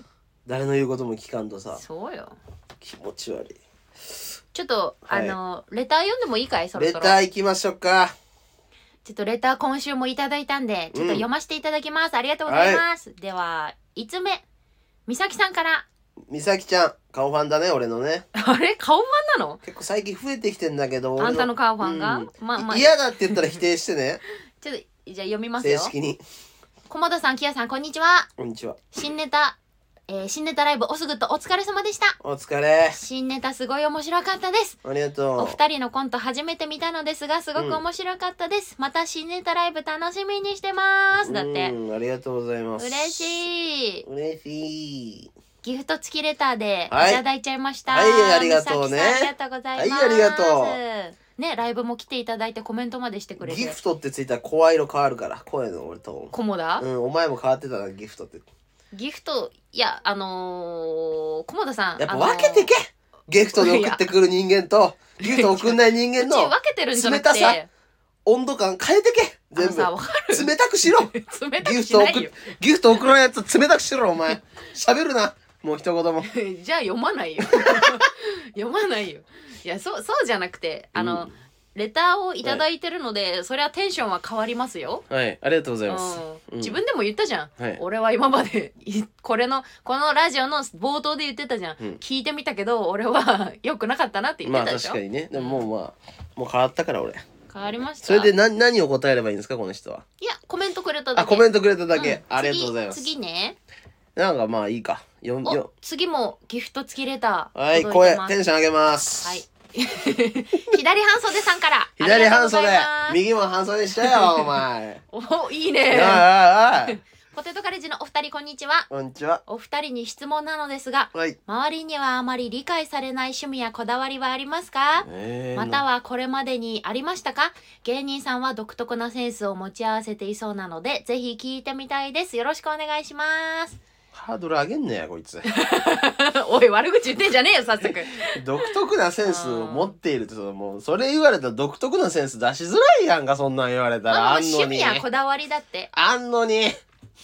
[SPEAKER 2] 誰の言うことも聞かんとさ
[SPEAKER 1] そうよ
[SPEAKER 2] 気持ち悪い
[SPEAKER 1] ちょっと、
[SPEAKER 2] はい
[SPEAKER 1] あのレター読んでもいいかいそろ
[SPEAKER 2] レ
[SPEAKER 1] そろ
[SPEAKER 2] ター行きましょうか
[SPEAKER 1] ちょっとレター今週もいただいたんで、ちょっと読ませていただきます。ありがとうございます。では、5つ目。みさきさんから。
[SPEAKER 2] 美咲ちゃん顔ファンだね俺のね
[SPEAKER 1] あれ顔ファンなの
[SPEAKER 2] 結構最近増えてきてんだけど俺
[SPEAKER 1] あんたの顔ファンが
[SPEAKER 2] うん
[SPEAKER 1] まあまあ
[SPEAKER 2] 嫌だって言ったら否定してね
[SPEAKER 1] ちょっと、じゃあ読みます
[SPEAKER 2] 正
[SPEAKER 1] よ。
[SPEAKER 2] 式に
[SPEAKER 1] 駒田さん、きやさん、こんにちは。
[SPEAKER 2] こんにちは
[SPEAKER 1] 新ネタ、えー新ネタライブ、おすぐとお疲れ様でした。
[SPEAKER 2] お疲れ
[SPEAKER 1] 新ネタすごい面白かったです。
[SPEAKER 2] ありが
[SPEAKER 1] お
[SPEAKER 2] と
[SPEAKER 1] 二人のコント初めて見たのですが、すごく面白かったです。また新ネタライブ楽しみにしてま
[SPEAKER 2] う
[SPEAKER 1] す。だって。
[SPEAKER 2] うんありがとうございます
[SPEAKER 1] 嬉
[SPEAKER 2] い
[SPEAKER 1] しい。
[SPEAKER 2] 嬉しい
[SPEAKER 1] ギフト付きレターでい
[SPEAKER 2] はい
[SPEAKER 1] ただいちゃいました。
[SPEAKER 2] はいありがとう
[SPEAKER 1] 美
[SPEAKER 2] ね
[SPEAKER 1] 咲さんありがとうございます。
[SPEAKER 2] はいありがと
[SPEAKER 1] う。ね、ライブも来ていただいてコメントまでしてくれ
[SPEAKER 2] ギ
[SPEAKER 1] て。
[SPEAKER 2] フトってついたら声色変わるから声の俺と
[SPEAKER 1] コモダ、
[SPEAKER 2] うんお前も変わってたなギフトって
[SPEAKER 1] ギフト、いや、あのー、コモダさん。
[SPEAKER 2] やっぱ
[SPEAKER 1] あのー
[SPEAKER 2] 分けてけ、ギフトで送ってくる人間とギフト送んない人間
[SPEAKER 1] うち分
[SPEAKER 2] の
[SPEAKER 1] けてるんじゃなくて。
[SPEAKER 2] 冷たさ温度感変えてけ
[SPEAKER 1] あ
[SPEAKER 2] 全
[SPEAKER 1] の
[SPEAKER 2] 部
[SPEAKER 1] さ、わか
[SPEAKER 2] 冷たくしろ
[SPEAKER 1] る。冷た
[SPEAKER 2] ギ
[SPEAKER 1] く
[SPEAKER 2] フ
[SPEAKER 1] し
[SPEAKER 2] ト
[SPEAKER 1] ない
[SPEAKER 2] 送
[SPEAKER 1] よ
[SPEAKER 2] る。ギフト送らないやつ冷たくしろお前喋るなもう一言も
[SPEAKER 1] じゃあ読まないよ。読まないよ。いや、そう、そうじゃなくて、あの、
[SPEAKER 2] うん
[SPEAKER 1] レターをいただいてるので、そりゃテンションは変わりますよ。
[SPEAKER 2] はいありがとうございます
[SPEAKER 1] う、
[SPEAKER 2] うんん
[SPEAKER 1] 自分でも言ったじゃん、
[SPEAKER 2] はい
[SPEAKER 1] 俺は今まで いこれのこのラジオの冒頭で言ってたじゃん、
[SPEAKER 2] うん
[SPEAKER 1] 聞いてみたけど俺は 良くなかったなって言っ
[SPEAKER 2] まあ
[SPEAKER 1] てたでし
[SPEAKER 2] 確
[SPEAKER 1] ょ、
[SPEAKER 2] かにねでももうまあもう変わったから俺
[SPEAKER 1] 変わりました
[SPEAKER 2] それで何何を答えればいいんですかこの人はい
[SPEAKER 1] やコメントくれただ
[SPEAKER 2] あ
[SPEAKER 1] け
[SPEAKER 2] コメントくれただ
[SPEAKER 1] うん
[SPEAKER 2] け
[SPEAKER 1] 次
[SPEAKER 2] ありがとうございます
[SPEAKER 1] 次ね
[SPEAKER 2] なんかまあいいかよん
[SPEAKER 1] お
[SPEAKER 2] よ
[SPEAKER 1] 次もギフト付きレター
[SPEAKER 2] はい
[SPEAKER 1] 届い
[SPEAKER 2] 声
[SPEAKER 1] てます
[SPEAKER 2] テンション上げます
[SPEAKER 1] はい 左半袖さんから
[SPEAKER 2] 左半袖
[SPEAKER 1] ありがとうございます
[SPEAKER 2] 右も半袖したよ お前
[SPEAKER 1] おいい
[SPEAKER 2] おいおい
[SPEAKER 1] ね
[SPEAKER 2] おい
[SPEAKER 1] ポテトカレッジのお二人こんにちは
[SPEAKER 2] こんにちは
[SPEAKER 1] お二人に質問なのですが
[SPEAKER 2] はい
[SPEAKER 1] 周りにはあまり理解されない趣味やこだわりはありますかまた
[SPEAKER 2] は
[SPEAKER 1] はこれまでにありましたか芸人さんは独特なセンスを持ち合わせていそうなのでぜひ聞いてみたいですよろしくお願いします
[SPEAKER 2] ハードル上げんねやこいつ
[SPEAKER 1] おい悪口言ってんじゃねえよ早速
[SPEAKER 2] 独特なセンスを持っているってそのもうそれ言われたら独特なセンス出しづらいやんかそんなん言われ
[SPEAKER 1] ま
[SPEAKER 2] たら
[SPEAKER 1] あ
[SPEAKER 2] あん
[SPEAKER 1] 趣
[SPEAKER 2] のに
[SPEAKER 1] 味やこだわりだって
[SPEAKER 2] あんのに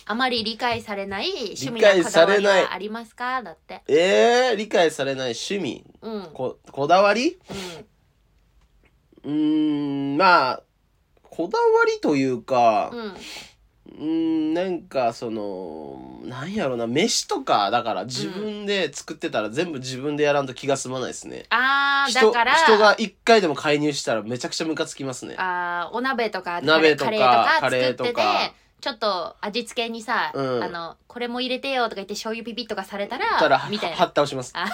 [SPEAKER 1] あまり理解されない趣味やこだわりはありますかだって
[SPEAKER 2] えー、理解されない趣味
[SPEAKER 1] うんうん
[SPEAKER 2] ここだわりうーんまあこだわりというか
[SPEAKER 1] うん
[SPEAKER 2] ううんなんかそのなんやろな飯とかだから自分で作ってたら全部自分でやらんと気が済まないですね、
[SPEAKER 1] あーだ
[SPEAKER 2] 人
[SPEAKER 1] から
[SPEAKER 2] 人が一回でも介入したらめちゃくちゃムカつきますね
[SPEAKER 1] あーお鍋とか
[SPEAKER 2] 鍋と
[SPEAKER 1] カ
[SPEAKER 2] か
[SPEAKER 1] レー
[SPEAKER 2] カ
[SPEAKER 1] カ
[SPEAKER 2] レ
[SPEAKER 1] レ
[SPEAKER 2] ー
[SPEAKER 1] ー
[SPEAKER 2] と
[SPEAKER 1] とか
[SPEAKER 2] か
[SPEAKER 1] 作っててちょっと味付けにさ、
[SPEAKER 2] うん
[SPEAKER 1] あのこれも入れてよとか言って醤油ピピッとかされたら
[SPEAKER 2] たら
[SPEAKER 1] みたい
[SPEAKER 2] は
[SPEAKER 1] な
[SPEAKER 2] っ倒します
[SPEAKER 1] あ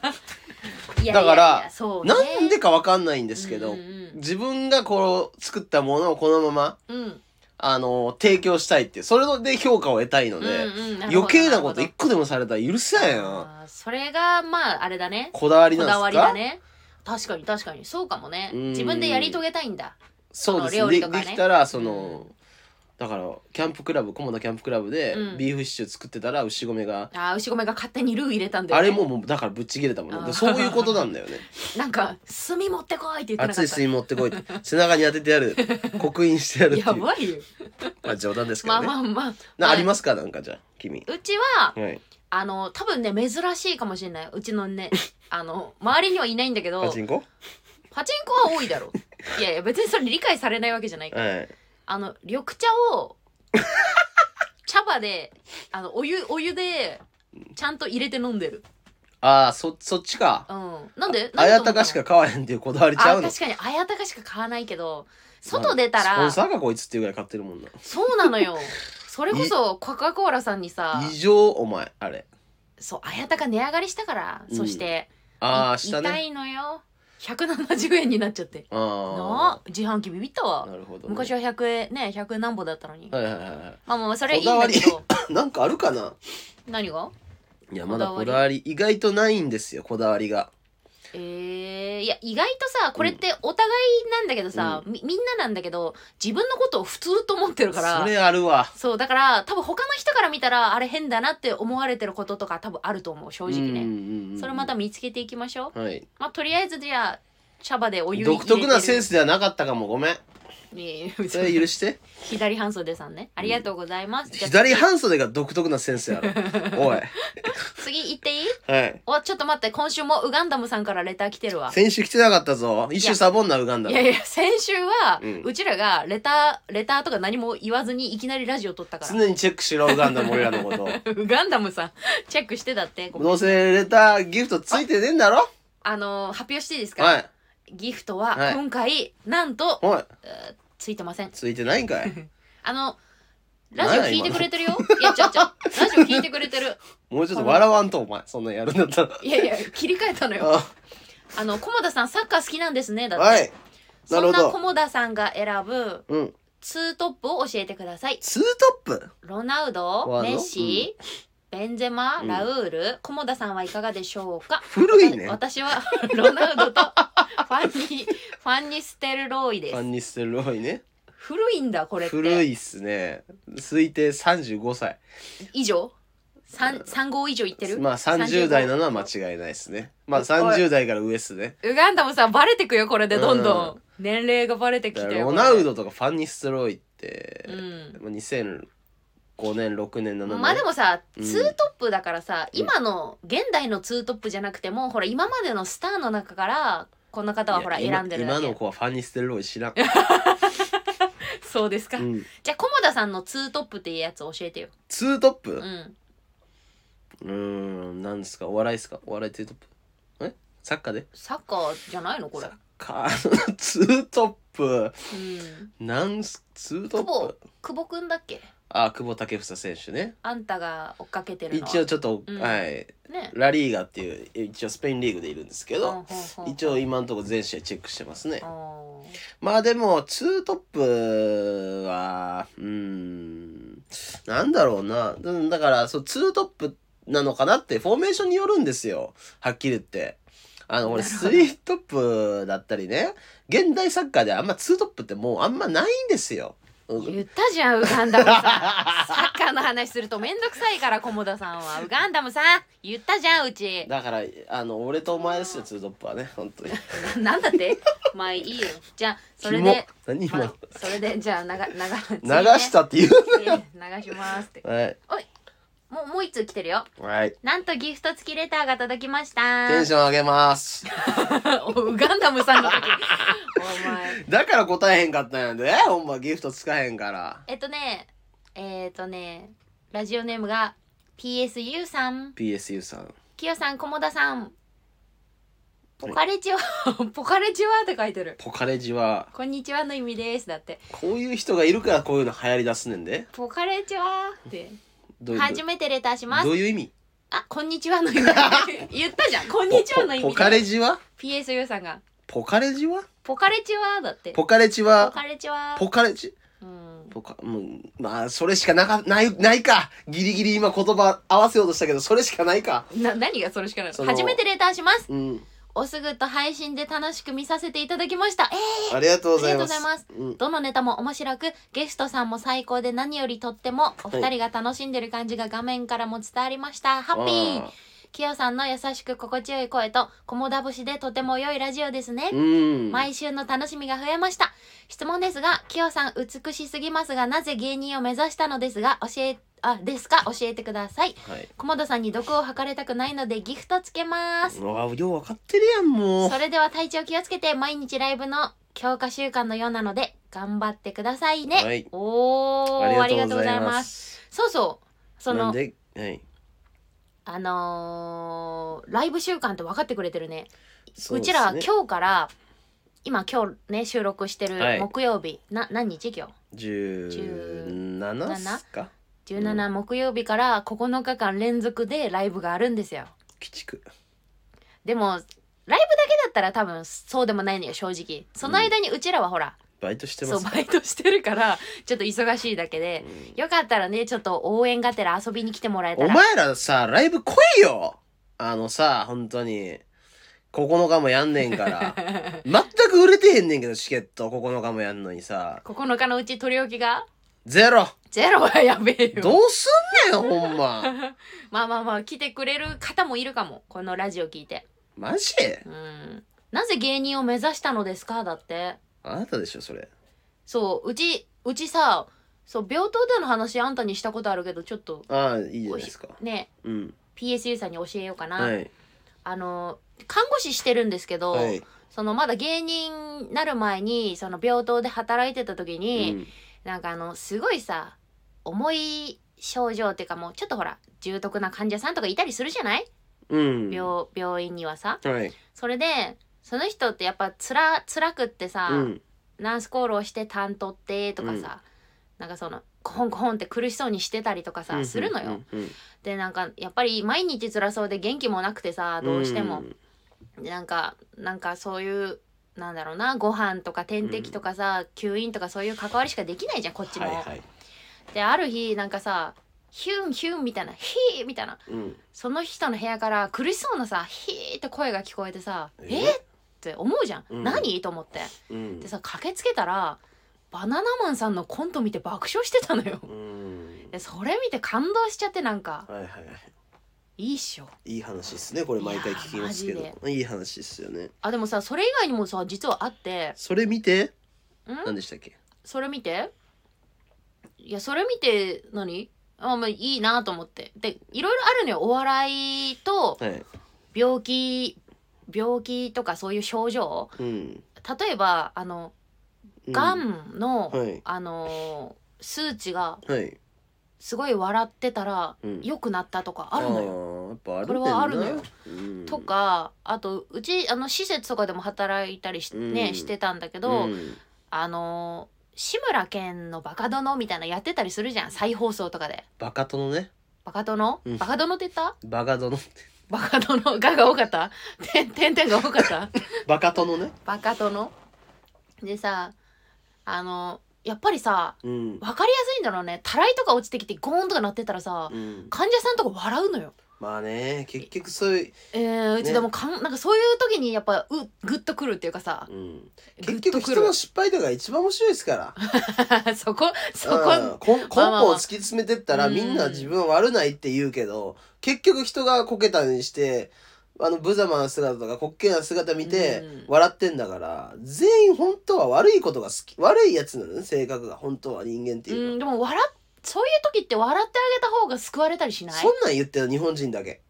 [SPEAKER 1] いやいやいや
[SPEAKER 2] だから
[SPEAKER 1] そう、ね、
[SPEAKER 2] なんで
[SPEAKER 1] で
[SPEAKER 2] かわかんないんですけど、
[SPEAKER 1] うんうん
[SPEAKER 2] 自分がこう作ったものをこのまま
[SPEAKER 1] うんうん
[SPEAKER 2] あの提供したいっていうそれで評価を得たいので、
[SPEAKER 1] うんうん
[SPEAKER 2] 余計なこと
[SPEAKER 1] る
[SPEAKER 2] 一個でもされたら許せない
[SPEAKER 1] ほど
[SPEAKER 2] な
[SPEAKER 1] あーそれがまああれだね
[SPEAKER 2] こだわり
[SPEAKER 1] こ
[SPEAKER 2] なんですか
[SPEAKER 1] だわりだね確かに確かにそうかもね
[SPEAKER 2] うん
[SPEAKER 1] 自分でやり遂げたいんだ
[SPEAKER 2] そうです
[SPEAKER 1] その料
[SPEAKER 2] ね
[SPEAKER 1] 理
[SPEAKER 2] で
[SPEAKER 1] とかね
[SPEAKER 2] できたらその、だからキャンプクラブ菰田キャンプクラブで
[SPEAKER 1] うん
[SPEAKER 2] ビーフシチュー作ってたら牛米が、
[SPEAKER 1] あー牛米が勝手にルー入れたんだよ、
[SPEAKER 2] あ
[SPEAKER 1] ね、
[SPEAKER 2] れももうだからぶっちぎれたもんね
[SPEAKER 1] あー
[SPEAKER 2] でそういうことな んだよね
[SPEAKER 1] なんか炭持ってこいって言ってなか
[SPEAKER 2] 熱
[SPEAKER 1] っ
[SPEAKER 2] い
[SPEAKER 1] た
[SPEAKER 2] 炭持ってこいって背中に当てて やる刻印してやるって
[SPEAKER 1] や
[SPEAKER 2] いう
[SPEAKER 1] ばいよ
[SPEAKER 2] まあ冗談ですけ
[SPEAKER 1] ま
[SPEAKER 2] ど
[SPEAKER 1] あ
[SPEAKER 2] ね、
[SPEAKER 1] まあまあ
[SPEAKER 2] な
[SPEAKER 1] ま
[SPEAKER 2] ありますかなんかじゃあ君
[SPEAKER 1] うちは
[SPEAKER 2] はい
[SPEAKER 1] あの多分ね珍しいかもしれないうちの ねあの周りにはいないんだけど
[SPEAKER 2] パ
[SPEAKER 1] パ
[SPEAKER 2] チ
[SPEAKER 1] チン
[SPEAKER 2] ンコ
[SPEAKER 1] コは多いだ ろういやいや別にそれ理解されないわけじゃないから
[SPEAKER 2] はい
[SPEAKER 1] あの緑茶 を茶葉であのお湯お湯でちゃんと入れて飲んでる
[SPEAKER 2] ああそそっちか
[SPEAKER 1] うんなんで
[SPEAKER 2] あ
[SPEAKER 1] なん
[SPEAKER 2] や
[SPEAKER 1] でと思ったの
[SPEAKER 2] たかしか買わへんっていうこだわりちゃう
[SPEAKER 1] あ
[SPEAKER 2] の
[SPEAKER 1] 確かにあやたかしか買わないけど外出た
[SPEAKER 2] ま
[SPEAKER 1] ら
[SPEAKER 2] あスポンサーがこいつっていうぐらい買ってるもんな
[SPEAKER 1] そうなのよそれこそコカ・コーラさんにさ
[SPEAKER 2] 異常お前あれ
[SPEAKER 1] そうあやたか値上がりしたから、
[SPEAKER 2] うん
[SPEAKER 1] そして
[SPEAKER 2] ああ
[SPEAKER 1] い
[SPEAKER 2] した
[SPEAKER 1] 痛
[SPEAKER 2] ね
[SPEAKER 1] いのよ170円になっちゃって
[SPEAKER 2] あ
[SPEAKER 1] なあ自販機ビビった
[SPEAKER 2] あ
[SPEAKER 1] わ、
[SPEAKER 2] なるほど、ね、
[SPEAKER 1] 昔は100円ね100何ぼだったのに、
[SPEAKER 2] はいはいはいはい
[SPEAKER 1] まあまあそれいいんだけど
[SPEAKER 2] なんかあるかな
[SPEAKER 1] 何が
[SPEAKER 2] いやまだこ
[SPEAKER 1] こ
[SPEAKER 2] だ
[SPEAKER 1] だ
[SPEAKER 2] わ
[SPEAKER 1] わ
[SPEAKER 2] り意外とないんですよこだわりが
[SPEAKER 1] えー、いや意外とさこれってお互いなんだけどさ、みみんななんだけど自分のことを普通と思ってるから
[SPEAKER 2] それあるわ
[SPEAKER 1] そうだから多分他の人から見たらあれ変だなって思われてることとか多分あると思う正直
[SPEAKER 2] うん
[SPEAKER 1] ね、
[SPEAKER 2] うんうん
[SPEAKER 1] それまた見つけていきましょう
[SPEAKER 2] はい
[SPEAKER 1] まあとりあえずじゃあ茶葉でお湯入れ
[SPEAKER 2] 独特なセン
[SPEAKER 1] ス
[SPEAKER 2] スではなかったかも ごめんそれ許して
[SPEAKER 1] 左半袖さんねありがとうございます、じゃあ
[SPEAKER 2] 左半袖が独特なセンスやろ おい
[SPEAKER 1] 次行っていい
[SPEAKER 2] はい
[SPEAKER 1] おちょっと待って今週もウガンダムさんからレター来てるわ
[SPEAKER 2] 先週来てなかったぞ一周サボんなウガンダ
[SPEAKER 1] いやいや先週は、
[SPEAKER 2] う
[SPEAKER 1] うんちらがレターレターとか何も言わずにいきなりラジオ撮ったから
[SPEAKER 2] 常にチェックしろウガンダム俺ら のこと
[SPEAKER 1] ウ ガンダムさんチェックしてたってごめん
[SPEAKER 2] どうせレターギフトついてねえんだろ
[SPEAKER 1] あの発表していいですか、
[SPEAKER 2] はい
[SPEAKER 1] ギフト
[SPEAKER 2] は
[SPEAKER 1] はい今回、なんと
[SPEAKER 2] おい
[SPEAKER 1] ついてません
[SPEAKER 2] ついてないんかい
[SPEAKER 1] あのラジオ聞いてくれてるよ いやちょちょラジオ聞いてくれてる
[SPEAKER 2] もうちょっと笑わんとお前そんなんやるんだったら
[SPEAKER 1] いやいや切り替えたのよ
[SPEAKER 2] あ
[SPEAKER 1] あの駒田さんサッカー好きなんですねだって、
[SPEAKER 2] はいな
[SPEAKER 1] そん
[SPEAKER 2] るほ
[SPEAKER 1] な
[SPEAKER 2] ど
[SPEAKER 1] 駒田さんが選ぶ
[SPEAKER 2] うん
[SPEAKER 1] ツートップを教えてください
[SPEAKER 2] ツートップ
[SPEAKER 1] ロナウド
[SPEAKER 2] ワー
[SPEAKER 1] メ
[SPEAKER 2] ド
[SPEAKER 1] ッシ、ベンゼマ
[SPEAKER 2] うん
[SPEAKER 1] ラウール駒田さんはいかがでしょうか
[SPEAKER 2] 古いね
[SPEAKER 1] 私は ロナウドとファン ニファンニステルロイで
[SPEAKER 2] ファ
[SPEAKER 1] す
[SPEAKER 2] ンニステルロイね
[SPEAKER 1] 古いんだこれって
[SPEAKER 2] 古いっすね推定35歳
[SPEAKER 1] 以上三三号以上いってる
[SPEAKER 2] まあ30代なのは間違いないですねまあ30代から上っすね
[SPEAKER 1] ウガンダムさんバレてくよこれでどんどん、年齢がバレてき
[SPEAKER 2] だ
[SPEAKER 1] て
[SPEAKER 2] から
[SPEAKER 1] よ
[SPEAKER 2] ロ
[SPEAKER 1] これ
[SPEAKER 2] ナウドとかファンニステルロイって
[SPEAKER 1] う、ん
[SPEAKER 2] まあ2005年6年7年
[SPEAKER 1] まあでもさ、
[SPEAKER 2] うん
[SPEAKER 1] ツートップだからさ
[SPEAKER 2] うん
[SPEAKER 1] 今の現代のツートップじゃなくてもほら今までのスターの中からこの方はほら
[SPEAKER 2] いや
[SPEAKER 1] 選んでる
[SPEAKER 2] 今
[SPEAKER 1] だ
[SPEAKER 2] 今の
[SPEAKER 1] け
[SPEAKER 2] 子はファンニステルロイ知ら ん、
[SPEAKER 1] そうですか、
[SPEAKER 2] うん、
[SPEAKER 1] じゃあ菰田さんのツートップっていうやつ教えてよ
[SPEAKER 2] ツートップ
[SPEAKER 1] う、ん
[SPEAKER 2] うーんなんですかお笑いですかお笑いツートップえサッカーで
[SPEAKER 1] サッカーじゃないのこれ
[SPEAKER 2] サッカーツートッ
[SPEAKER 1] うん
[SPEAKER 2] プなんすツー
[SPEAKER 1] 久
[SPEAKER 2] トッ
[SPEAKER 1] 保
[SPEAKER 2] プ
[SPEAKER 1] 久保くんだっけ
[SPEAKER 2] あ久保建英選手ね
[SPEAKER 1] あんたが追っかけてるのは
[SPEAKER 2] 一応ちょっと、
[SPEAKER 1] うん
[SPEAKER 2] はい
[SPEAKER 1] ね
[SPEAKER 2] ラリーガっていう一応スペインリーグでいるんですけど、一応今のところ全試合チェックしてますね、
[SPEAKER 1] 応
[SPEAKER 2] まあでもツートップはうーんなんだろうなうんだからそうツートップなのかなってフォーメーションによるんですよはっきり言ってあの俺
[SPEAKER 1] なるほ
[SPEAKER 2] ス
[SPEAKER 1] ど
[SPEAKER 2] リートップだったりね現代サッカーであんまツートップってもうあんまないんですようん
[SPEAKER 1] 言ったじゃんウガンダムさんサッカーの話するとめんどくさいから菰田さんはウガンダムさん言ったじゃんう ち
[SPEAKER 2] だからあの俺とお前ですよツートップはね本当に
[SPEAKER 1] ななんだってまあいいよじゃあそれ
[SPEAKER 2] キモ
[SPEAKER 1] で、
[SPEAKER 2] 何今、
[SPEAKER 1] まあ、それでじゃあ流流
[SPEAKER 2] 流したっていう
[SPEAKER 1] 次ね次流しますって
[SPEAKER 2] はい
[SPEAKER 1] もうもう一通来てるよ
[SPEAKER 2] はい
[SPEAKER 1] なんとギフト付きレターが届きました
[SPEAKER 2] テンション上げます。
[SPEAKER 1] お ウガンダムさん の時お前
[SPEAKER 2] だから答えへんかったんやで、ほんまギフト使えへんから。
[SPEAKER 1] えっとねえっ、ー、とねラジオネームが PSU さん
[SPEAKER 2] PSU さん
[SPEAKER 1] きよさん菰田さんポカレチワ ポカレチワって書いてる
[SPEAKER 2] ポカレジは
[SPEAKER 1] こんにちはの意味ですだって
[SPEAKER 2] こういう人がいるからこういうの流行り出すねんで
[SPEAKER 1] ポカレチワって
[SPEAKER 2] どういう
[SPEAKER 1] 初めてレターします
[SPEAKER 2] どういう意味
[SPEAKER 1] あこんにちはの意味 言ったじゃんこんにちはの意
[SPEAKER 2] ポ
[SPEAKER 1] 味
[SPEAKER 2] ポカレジは
[SPEAKER 1] PSU さんが
[SPEAKER 2] ポカレジは
[SPEAKER 1] ポカレチワだって
[SPEAKER 2] ポカレジは
[SPEAKER 1] ポカレチワ
[SPEAKER 2] ポカレジ
[SPEAKER 1] うん
[SPEAKER 2] ポカうんまあそれしかなかないないかギリギリ今言葉合わせようとしたけどそれしかないか
[SPEAKER 1] な何がそれしかないの
[SPEAKER 2] その
[SPEAKER 1] 初めてレターします
[SPEAKER 2] うん
[SPEAKER 1] おすぐと配信で楽しく見させていただきましたえ
[SPEAKER 2] ありがとうございます
[SPEAKER 1] ありがと
[SPEAKER 2] うん
[SPEAKER 1] ー、どのネタも面白くゲストさんも最高で何よりとってもお二人が楽しんでる感じが画面からも伝わりましたハッピー
[SPEAKER 2] あ
[SPEAKER 1] きよさんの優しく心地よい声と菰田節でとても良いラジオですね
[SPEAKER 2] ーうん
[SPEAKER 1] 毎週の楽しみが増えました質問ですがきよさん美しすぎますがなぜ芸人を目指したのですが教えあですか教えてください
[SPEAKER 2] はい
[SPEAKER 1] 菰田さんに毒を吐かれたくないのでギフトつけます
[SPEAKER 2] うわよう分かってるやんもう
[SPEAKER 1] それでは体調気をつけて毎日ライブの強化習慣のようなので頑張ってくださいね、
[SPEAKER 2] はい
[SPEAKER 1] おーありがとうございます
[SPEAKER 2] す
[SPEAKER 1] そうそうそ
[SPEAKER 2] なん
[SPEAKER 1] の
[SPEAKER 2] ではい
[SPEAKER 1] あのーライブ習慣って分かってくれてるね
[SPEAKER 2] そうで
[SPEAKER 1] ち
[SPEAKER 2] すね
[SPEAKER 1] ら今日から今今日ね収録して
[SPEAKER 2] はい
[SPEAKER 1] る木曜日、な何日今日
[SPEAKER 2] 17っすか
[SPEAKER 1] 17木曜日から9日間連続でライブがあるんですよ
[SPEAKER 2] 鬼畜
[SPEAKER 1] でもライブだけだったら多分そうでもないのよ正直その間にうちらはほら、
[SPEAKER 2] バイトしてま
[SPEAKER 1] そう
[SPEAKER 2] す
[SPEAKER 1] バイトしてるからちょっと忙しいだけで、よかったらねちょっと応援がてら遊びに来てもらえた
[SPEAKER 2] お
[SPEAKER 1] ら
[SPEAKER 2] 前らさライブ来いよあのさ本当に9日もやんねんから 全く売れてへんねんけどチケット9日もやんのにさ
[SPEAKER 1] 9日のうち取り置きが
[SPEAKER 2] ゼロ
[SPEAKER 1] ゼロはやべえよ
[SPEAKER 2] どうすんねんほんま
[SPEAKER 1] まあまあまあ来てくれる方もいるかもこのラジオ聞いて
[SPEAKER 2] マジ
[SPEAKER 1] うんなぜ芸人を目指したのですかだって
[SPEAKER 2] あなたでしょそれ
[SPEAKER 1] そううちうちさそう病棟での話あんたにしたことあるけどちょっと
[SPEAKER 2] ああいいじゃないですか
[SPEAKER 1] ね
[SPEAKER 2] うん
[SPEAKER 1] PSU さんに教えようかな、
[SPEAKER 2] はい
[SPEAKER 1] あの看護師してるんですけど、
[SPEAKER 2] はい
[SPEAKER 1] そのまだ芸人になる前にその病棟で働いてた時
[SPEAKER 2] う
[SPEAKER 1] に、
[SPEAKER 2] ん
[SPEAKER 1] なんかあのすごいさ重い症状っていうかもうちょっとほら重篤な患者さんとかいたりするじゃない、
[SPEAKER 2] うん
[SPEAKER 1] 病病院にはさ
[SPEAKER 2] はい
[SPEAKER 1] それでその人ってやっぱつら辛くってさ、
[SPEAKER 2] うん
[SPEAKER 1] ナースコールをして担当ってとかさ、なんかそのコホンコホンって苦しそうにしてたりとかさ、
[SPEAKER 2] うん
[SPEAKER 1] するのよ、
[SPEAKER 2] うんうん
[SPEAKER 1] でなんかやっぱり毎日辛そうで元気もなくてさどうしても、
[SPEAKER 2] ん
[SPEAKER 1] でなんかなんかそういうなんだろうなご飯とか点滴とかさ、吸引とかそういう関わりしかできないじゃんこっちも。
[SPEAKER 2] はいはい
[SPEAKER 1] である日なんかさヒュンヒュンみたいな「ヒー」みたいな
[SPEAKER 2] うん
[SPEAKER 1] その人の部屋から苦しそうなさ「ヒー」って声が聞こえてさ「え
[SPEAKER 2] え
[SPEAKER 1] って思うじゃん、
[SPEAKER 2] うん
[SPEAKER 1] 何と思って
[SPEAKER 2] うん
[SPEAKER 1] でさ駆けつけたらバナナマンさんのコント見て爆笑してたのよ
[SPEAKER 2] うん
[SPEAKER 1] でそれ見て感動しちゃってなんか
[SPEAKER 2] はいはいはい
[SPEAKER 1] いいっしょ
[SPEAKER 2] いい話ですねこれ毎回聞きますけ
[SPEAKER 1] いや
[SPEAKER 2] どいい話ですよね
[SPEAKER 1] あでもさそれ以外にもさ実はあって
[SPEAKER 2] それ見て
[SPEAKER 1] ん
[SPEAKER 2] 何でしたっけ
[SPEAKER 1] それ見ていやそれ見て何あまあいいなと思ってでいろいろあるのよお笑いと
[SPEAKER 2] はい
[SPEAKER 1] 病気病気とかそういう症状
[SPEAKER 2] うん
[SPEAKER 1] 例えばあの
[SPEAKER 2] うん
[SPEAKER 1] がんの、
[SPEAKER 2] はい
[SPEAKER 1] あのー数値が
[SPEAKER 2] はい
[SPEAKER 1] すごい笑ってたら
[SPEAKER 2] うん
[SPEAKER 1] 良くなったとかあるのよ。
[SPEAKER 2] よやっぱある
[SPEAKER 1] これはあるのよ
[SPEAKER 2] うん
[SPEAKER 1] とかあとうちあの施設とかでも働いたりし,、
[SPEAKER 2] う
[SPEAKER 1] ね、
[SPEAKER 2] ん
[SPEAKER 1] してたんだけど、
[SPEAKER 2] うん
[SPEAKER 1] あのー志村けんの「バカ殿」みたいなのやってたりするじゃん再放送とかで。
[SPEAKER 2] バカ殿ね
[SPEAKER 1] バカ殿、
[SPEAKER 2] うん
[SPEAKER 1] バカ殿って言った
[SPEAKER 2] バカ殿って
[SPEAKER 1] バカ殿がが多かったてんてんてんが多かった
[SPEAKER 2] バカ殿ね
[SPEAKER 1] バカ殿でさあのやっぱりさ
[SPEAKER 2] うん
[SPEAKER 1] 分かりやすいんだろうねたらいとか落ちてきてゴーンとかなってたらさ
[SPEAKER 2] うん
[SPEAKER 1] 患者さんとか笑うのよ、
[SPEAKER 2] まあね結局そういう
[SPEAKER 1] えー、うち
[SPEAKER 2] ね
[SPEAKER 1] でもかん、なんかそういう時にやっぱうグッとくるっていうかさ
[SPEAKER 2] うん
[SPEAKER 1] グ
[SPEAKER 2] 結
[SPEAKER 1] ッと
[SPEAKER 2] 局
[SPEAKER 1] く
[SPEAKER 2] 人の
[SPEAKER 1] る
[SPEAKER 2] 失敗とかが一番面白いですか ら
[SPEAKER 1] そこそ
[SPEAKER 2] う
[SPEAKER 1] こ
[SPEAKER 2] ん こん根
[SPEAKER 1] まあまあ
[SPEAKER 2] 本を突き詰めてったら
[SPEAKER 1] うん
[SPEAKER 2] みんな自分は悪ないって言うけど結局人がこけたにしてあの無様な姿とか滑稽な姿見て
[SPEAKER 1] うん
[SPEAKER 2] 笑ってんだから全員本当は悪いことが好き悪いやつなのね性格が本当は人間って
[SPEAKER 1] う
[SPEAKER 2] いうのは
[SPEAKER 1] んでも笑っそういう時って笑ってあげた方が救われたりしない
[SPEAKER 2] そんなん言ってるの日本人だけ。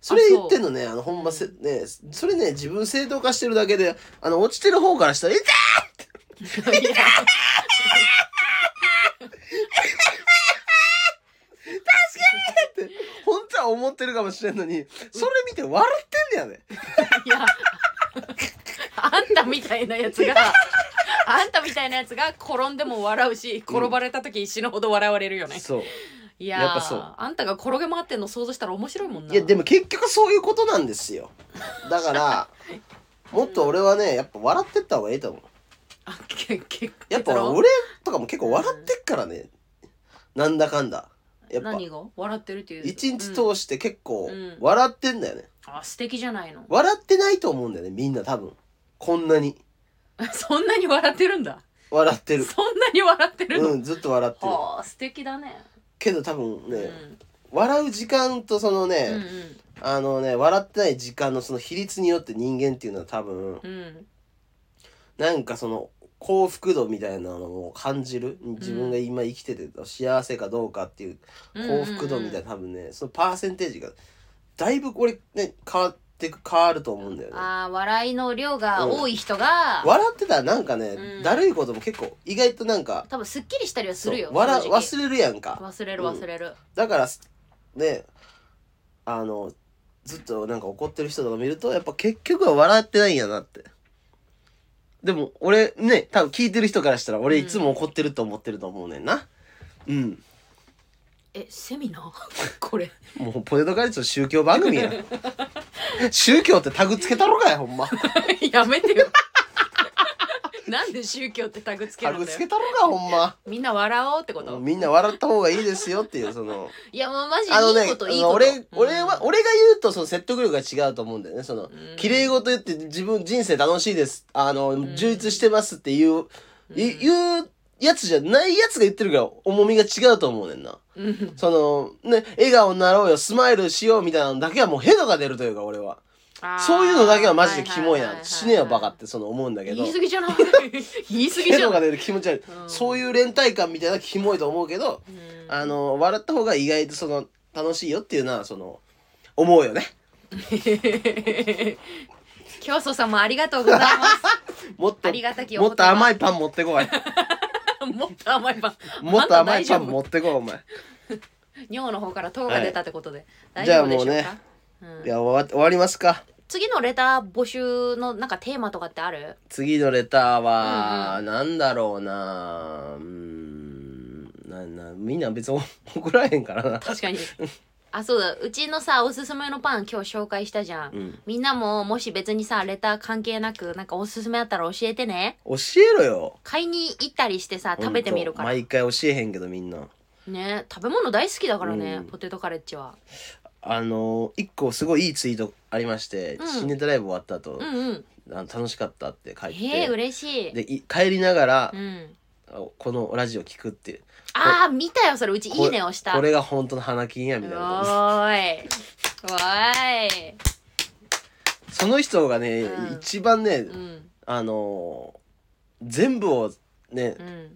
[SPEAKER 2] それ言ってんのね、あの、ほんませ、ね、それね、自分正当化してるだけで、あの、落ちてる方からした ら、痛っ
[SPEAKER 1] いや
[SPEAKER 2] は思ってるかもしれんのに、それ見て笑ってんねやで。
[SPEAKER 1] いやあんたみたいなやつがあんたみたいなやつが転んでも笑うし転ばれた時死ぬほど笑われるよね、
[SPEAKER 2] そう。
[SPEAKER 1] いやー
[SPEAKER 2] やっぱそう
[SPEAKER 1] あんたが転げ回ってんの想像したら面白いもんない
[SPEAKER 2] いや、でも結局そういうことなんですよ。だ から、もっと俺はね、やっぱ笑ってった方がいいと思う。
[SPEAKER 1] あけけ
[SPEAKER 2] やっぱ
[SPEAKER 1] 結論
[SPEAKER 2] 俺とかも結構笑ってっからね。なんだかんだ。やっぱ、
[SPEAKER 1] 何が笑ってるっていう
[SPEAKER 2] 一日
[SPEAKER 1] うん
[SPEAKER 2] 通して結構
[SPEAKER 1] うん
[SPEAKER 2] 笑ってんだよね。
[SPEAKER 1] あ素敵じゃないの
[SPEAKER 2] 笑ってないと思うんだよね、みんな多分。こんなに。
[SPEAKER 1] そんなに笑ってるんだ
[SPEAKER 2] 笑ってる。
[SPEAKER 1] そんなに笑ってるの、
[SPEAKER 2] うん、ずっと笑ってる。
[SPEAKER 1] はあ素敵だね
[SPEAKER 2] けど多分ね、
[SPEAKER 1] うん
[SPEAKER 2] 笑う時間とその
[SPEAKER 1] うん
[SPEAKER 2] ね、あのね、笑ってない時間のその比率によって人間っていうのは多分、
[SPEAKER 1] うんうん
[SPEAKER 2] なんかその幸福度みたいなのを感じる自分が今生きてて幸せかどうかっていう幸福度みたいな多分ねそのパーセンテージがだいぶこれね変わってく変わると思うんだよね
[SPEAKER 1] あー笑いの量が多い人が、
[SPEAKER 2] 笑ってたらなんかね、
[SPEAKER 1] うん
[SPEAKER 2] だるいことも結構意外となんか
[SPEAKER 1] 多分すっきりしたりはするよ
[SPEAKER 2] そう笑
[SPEAKER 1] 正直
[SPEAKER 2] 忘れるやんか
[SPEAKER 1] 忘れる忘れる、
[SPEAKER 2] だからすねあのずっとなんか怒ってる人とか見るとやっぱ結局は笑ってないんやなってでも俺ね多分聞いてる人からしたら俺いつも怒ってると思ってると思うねんなうん、
[SPEAKER 1] えセミナー これ
[SPEAKER 2] もうポテトカレッジの宗教 番組や宗教ってタグつけたろかいほんま
[SPEAKER 1] やめてよ なんで宗教ってタグつけ
[SPEAKER 2] タ
[SPEAKER 1] るん
[SPEAKER 2] グ
[SPEAKER 1] だ
[SPEAKER 2] つ
[SPEAKER 1] よ
[SPEAKER 2] けたろかほんま
[SPEAKER 1] みんな笑おうってこと、
[SPEAKER 2] みんな笑った方がいいですよっていうその
[SPEAKER 1] いやもうマジ
[SPEAKER 2] あのね
[SPEAKER 1] いいこと、いい
[SPEAKER 2] あの
[SPEAKER 1] こと
[SPEAKER 2] 俺、俺は、
[SPEAKER 1] うん
[SPEAKER 2] 俺が言うとその説得力が違うと思うんだよね。その
[SPEAKER 1] ん、
[SPEAKER 2] 綺麗事言って自分人生楽しいです。あの、充実してますっていう、い言うやつじゃないやつが言ってるから重みが違うと思うねんな。
[SPEAKER 1] うん
[SPEAKER 2] その、ね、笑顔になろうよ、スマイルしようみたいなのだけはもうヘドが出るというか、俺は。
[SPEAKER 1] あー
[SPEAKER 2] そういうのだけはマジでキモい
[SPEAKER 1] ははは
[SPEAKER 2] な。
[SPEAKER 1] は
[SPEAKER 2] 死ねよ、バカってその思うんだけど
[SPEAKER 1] 言い。過ぎじゃない 言い過ぎ
[SPEAKER 2] ヘ
[SPEAKER 1] じゃ
[SPEAKER 2] ド
[SPEAKER 1] な
[SPEAKER 2] が
[SPEAKER 1] い、
[SPEAKER 2] 出る気持ち悪い。
[SPEAKER 1] うん
[SPEAKER 2] そういう連帯感みたいなのがキモいと思うけど、
[SPEAKER 1] うん
[SPEAKER 2] あの、笑った方が意外とその、楽しいよっていうのは、その、思うよね。
[SPEAKER 1] 教祖様ありがとうございます
[SPEAKER 2] もっと、
[SPEAKER 1] ありがたきお言葉
[SPEAKER 2] もっと甘いパン持ってこい。
[SPEAKER 1] もっと甘いパン。
[SPEAKER 2] もっと甘いパ
[SPEAKER 1] あんた大丈
[SPEAKER 2] ン
[SPEAKER 1] 夫
[SPEAKER 2] 持ってこい、お前。
[SPEAKER 1] 尿の方から糖が出たってことで。
[SPEAKER 2] はい
[SPEAKER 1] 大丈夫でしょうか。
[SPEAKER 2] じゃあも
[SPEAKER 1] うん
[SPEAKER 2] いや、終わ終わりますか。
[SPEAKER 1] 次のレター募集のなんかテーマとかってある？
[SPEAKER 2] 次のレターは、なんだろうなうーんななみんな別に 怒らへんからな。
[SPEAKER 1] 確かに。あそうだうちのさおすすめのパン今日紹介したじゃん、
[SPEAKER 2] うん
[SPEAKER 1] みんなももし別にさレター関係なくなんかおすすめあったら教えてね
[SPEAKER 2] 教えろよ。
[SPEAKER 1] 買いに行ったりしてさ食べてみるか
[SPEAKER 2] ほ
[SPEAKER 1] ら
[SPEAKER 2] んと毎回教えへんけどみんな。
[SPEAKER 1] ね食べ物大好きだからね、
[SPEAKER 2] うん
[SPEAKER 1] ポテトカレッジは
[SPEAKER 2] あの、一個すごいいいツイートありまして、
[SPEAKER 1] うん
[SPEAKER 2] 新ネタライブ終わった後、
[SPEAKER 1] うんうん
[SPEAKER 2] あの楽しかったって書いて
[SPEAKER 1] へえ
[SPEAKER 2] て、
[SPEAKER 1] 嬉しい、
[SPEAKER 2] でい帰りながら
[SPEAKER 1] う、ん、
[SPEAKER 2] このラジオ聞くっていう。
[SPEAKER 1] ああ見たよそれうちいいね押した
[SPEAKER 2] これが本当の花金やみたいな。
[SPEAKER 1] おーい。おーい。
[SPEAKER 2] その人がね、
[SPEAKER 1] うん
[SPEAKER 2] 一番ね、
[SPEAKER 1] うん。
[SPEAKER 2] あのー全部をね
[SPEAKER 1] うん。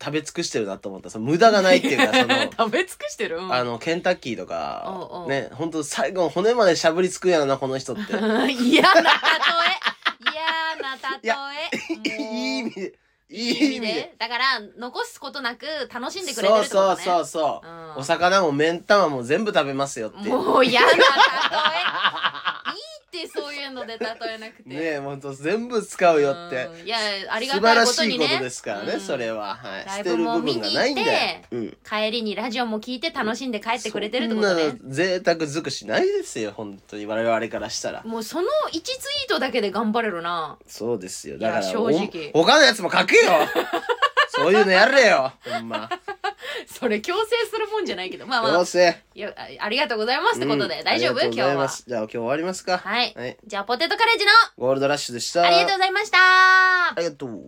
[SPEAKER 2] 食べ尽くしてるなと思ったその無駄がないって いうかその
[SPEAKER 1] 食べ尽くしてるうん
[SPEAKER 2] あのケンタッキーとか
[SPEAKER 1] おうおう
[SPEAKER 2] ね本当最後の骨までしゃぶりつくやろなこの人って
[SPEAKER 1] 嫌な例え。嫌な例え。もう
[SPEAKER 2] いい意味。でい
[SPEAKER 1] い
[SPEAKER 2] い
[SPEAKER 1] い
[SPEAKER 2] 意味
[SPEAKER 1] 意味
[SPEAKER 2] で
[SPEAKER 1] で。だから、残すことなく楽しんでくれてる
[SPEAKER 2] そ
[SPEAKER 1] っ
[SPEAKER 2] う
[SPEAKER 1] てことね。
[SPEAKER 2] そうそうそう、
[SPEAKER 1] うん
[SPEAKER 2] お魚も目ん玉も全部食べますよっていう
[SPEAKER 1] もう嫌 な例え。いいってそういうので例えなくて。
[SPEAKER 2] ねえ本当全部使うよって
[SPEAKER 1] うんいや、あり
[SPEAKER 2] 素
[SPEAKER 1] がた
[SPEAKER 2] 晴ら
[SPEAKER 1] いこ
[SPEAKER 2] し
[SPEAKER 1] と
[SPEAKER 2] い
[SPEAKER 1] に
[SPEAKER 2] こ
[SPEAKER 1] ね。
[SPEAKER 2] とですからね、
[SPEAKER 1] うん
[SPEAKER 2] それは、はい、
[SPEAKER 1] ラ
[SPEAKER 2] 捨
[SPEAKER 1] イ
[SPEAKER 2] て
[SPEAKER 1] ブ
[SPEAKER 2] る
[SPEAKER 1] も
[SPEAKER 2] 部
[SPEAKER 1] 見
[SPEAKER 2] 分
[SPEAKER 1] に行って
[SPEAKER 2] がないんだよ、うん、
[SPEAKER 1] 帰りにラジオも聞いて楽しんで帰ってくれてるってこと
[SPEAKER 2] そ
[SPEAKER 1] ね
[SPEAKER 2] ん。な贅沢尽くしないですよ本当に我々からしたら
[SPEAKER 1] もうその1ツイートだけで頑張れるな
[SPEAKER 2] そうですよだから
[SPEAKER 1] いや正直
[SPEAKER 2] お他のやつも書け よそういうのやれよほんま
[SPEAKER 1] それ強制するもんじゃないけど まあま
[SPEAKER 2] ど
[SPEAKER 1] あ
[SPEAKER 2] うせ
[SPEAKER 1] いやあありがとうございますってことで、
[SPEAKER 2] うん
[SPEAKER 1] 大丈夫
[SPEAKER 2] あ
[SPEAKER 1] 今
[SPEAKER 2] り
[SPEAKER 1] 日
[SPEAKER 2] がとうございま
[SPEAKER 1] は
[SPEAKER 2] すじゃあ今日終わりますか
[SPEAKER 1] はい、
[SPEAKER 2] はい
[SPEAKER 1] じゃあポテトカレッジの
[SPEAKER 2] ゴールドラッシュでした
[SPEAKER 1] ありがとうございました
[SPEAKER 2] ありがとう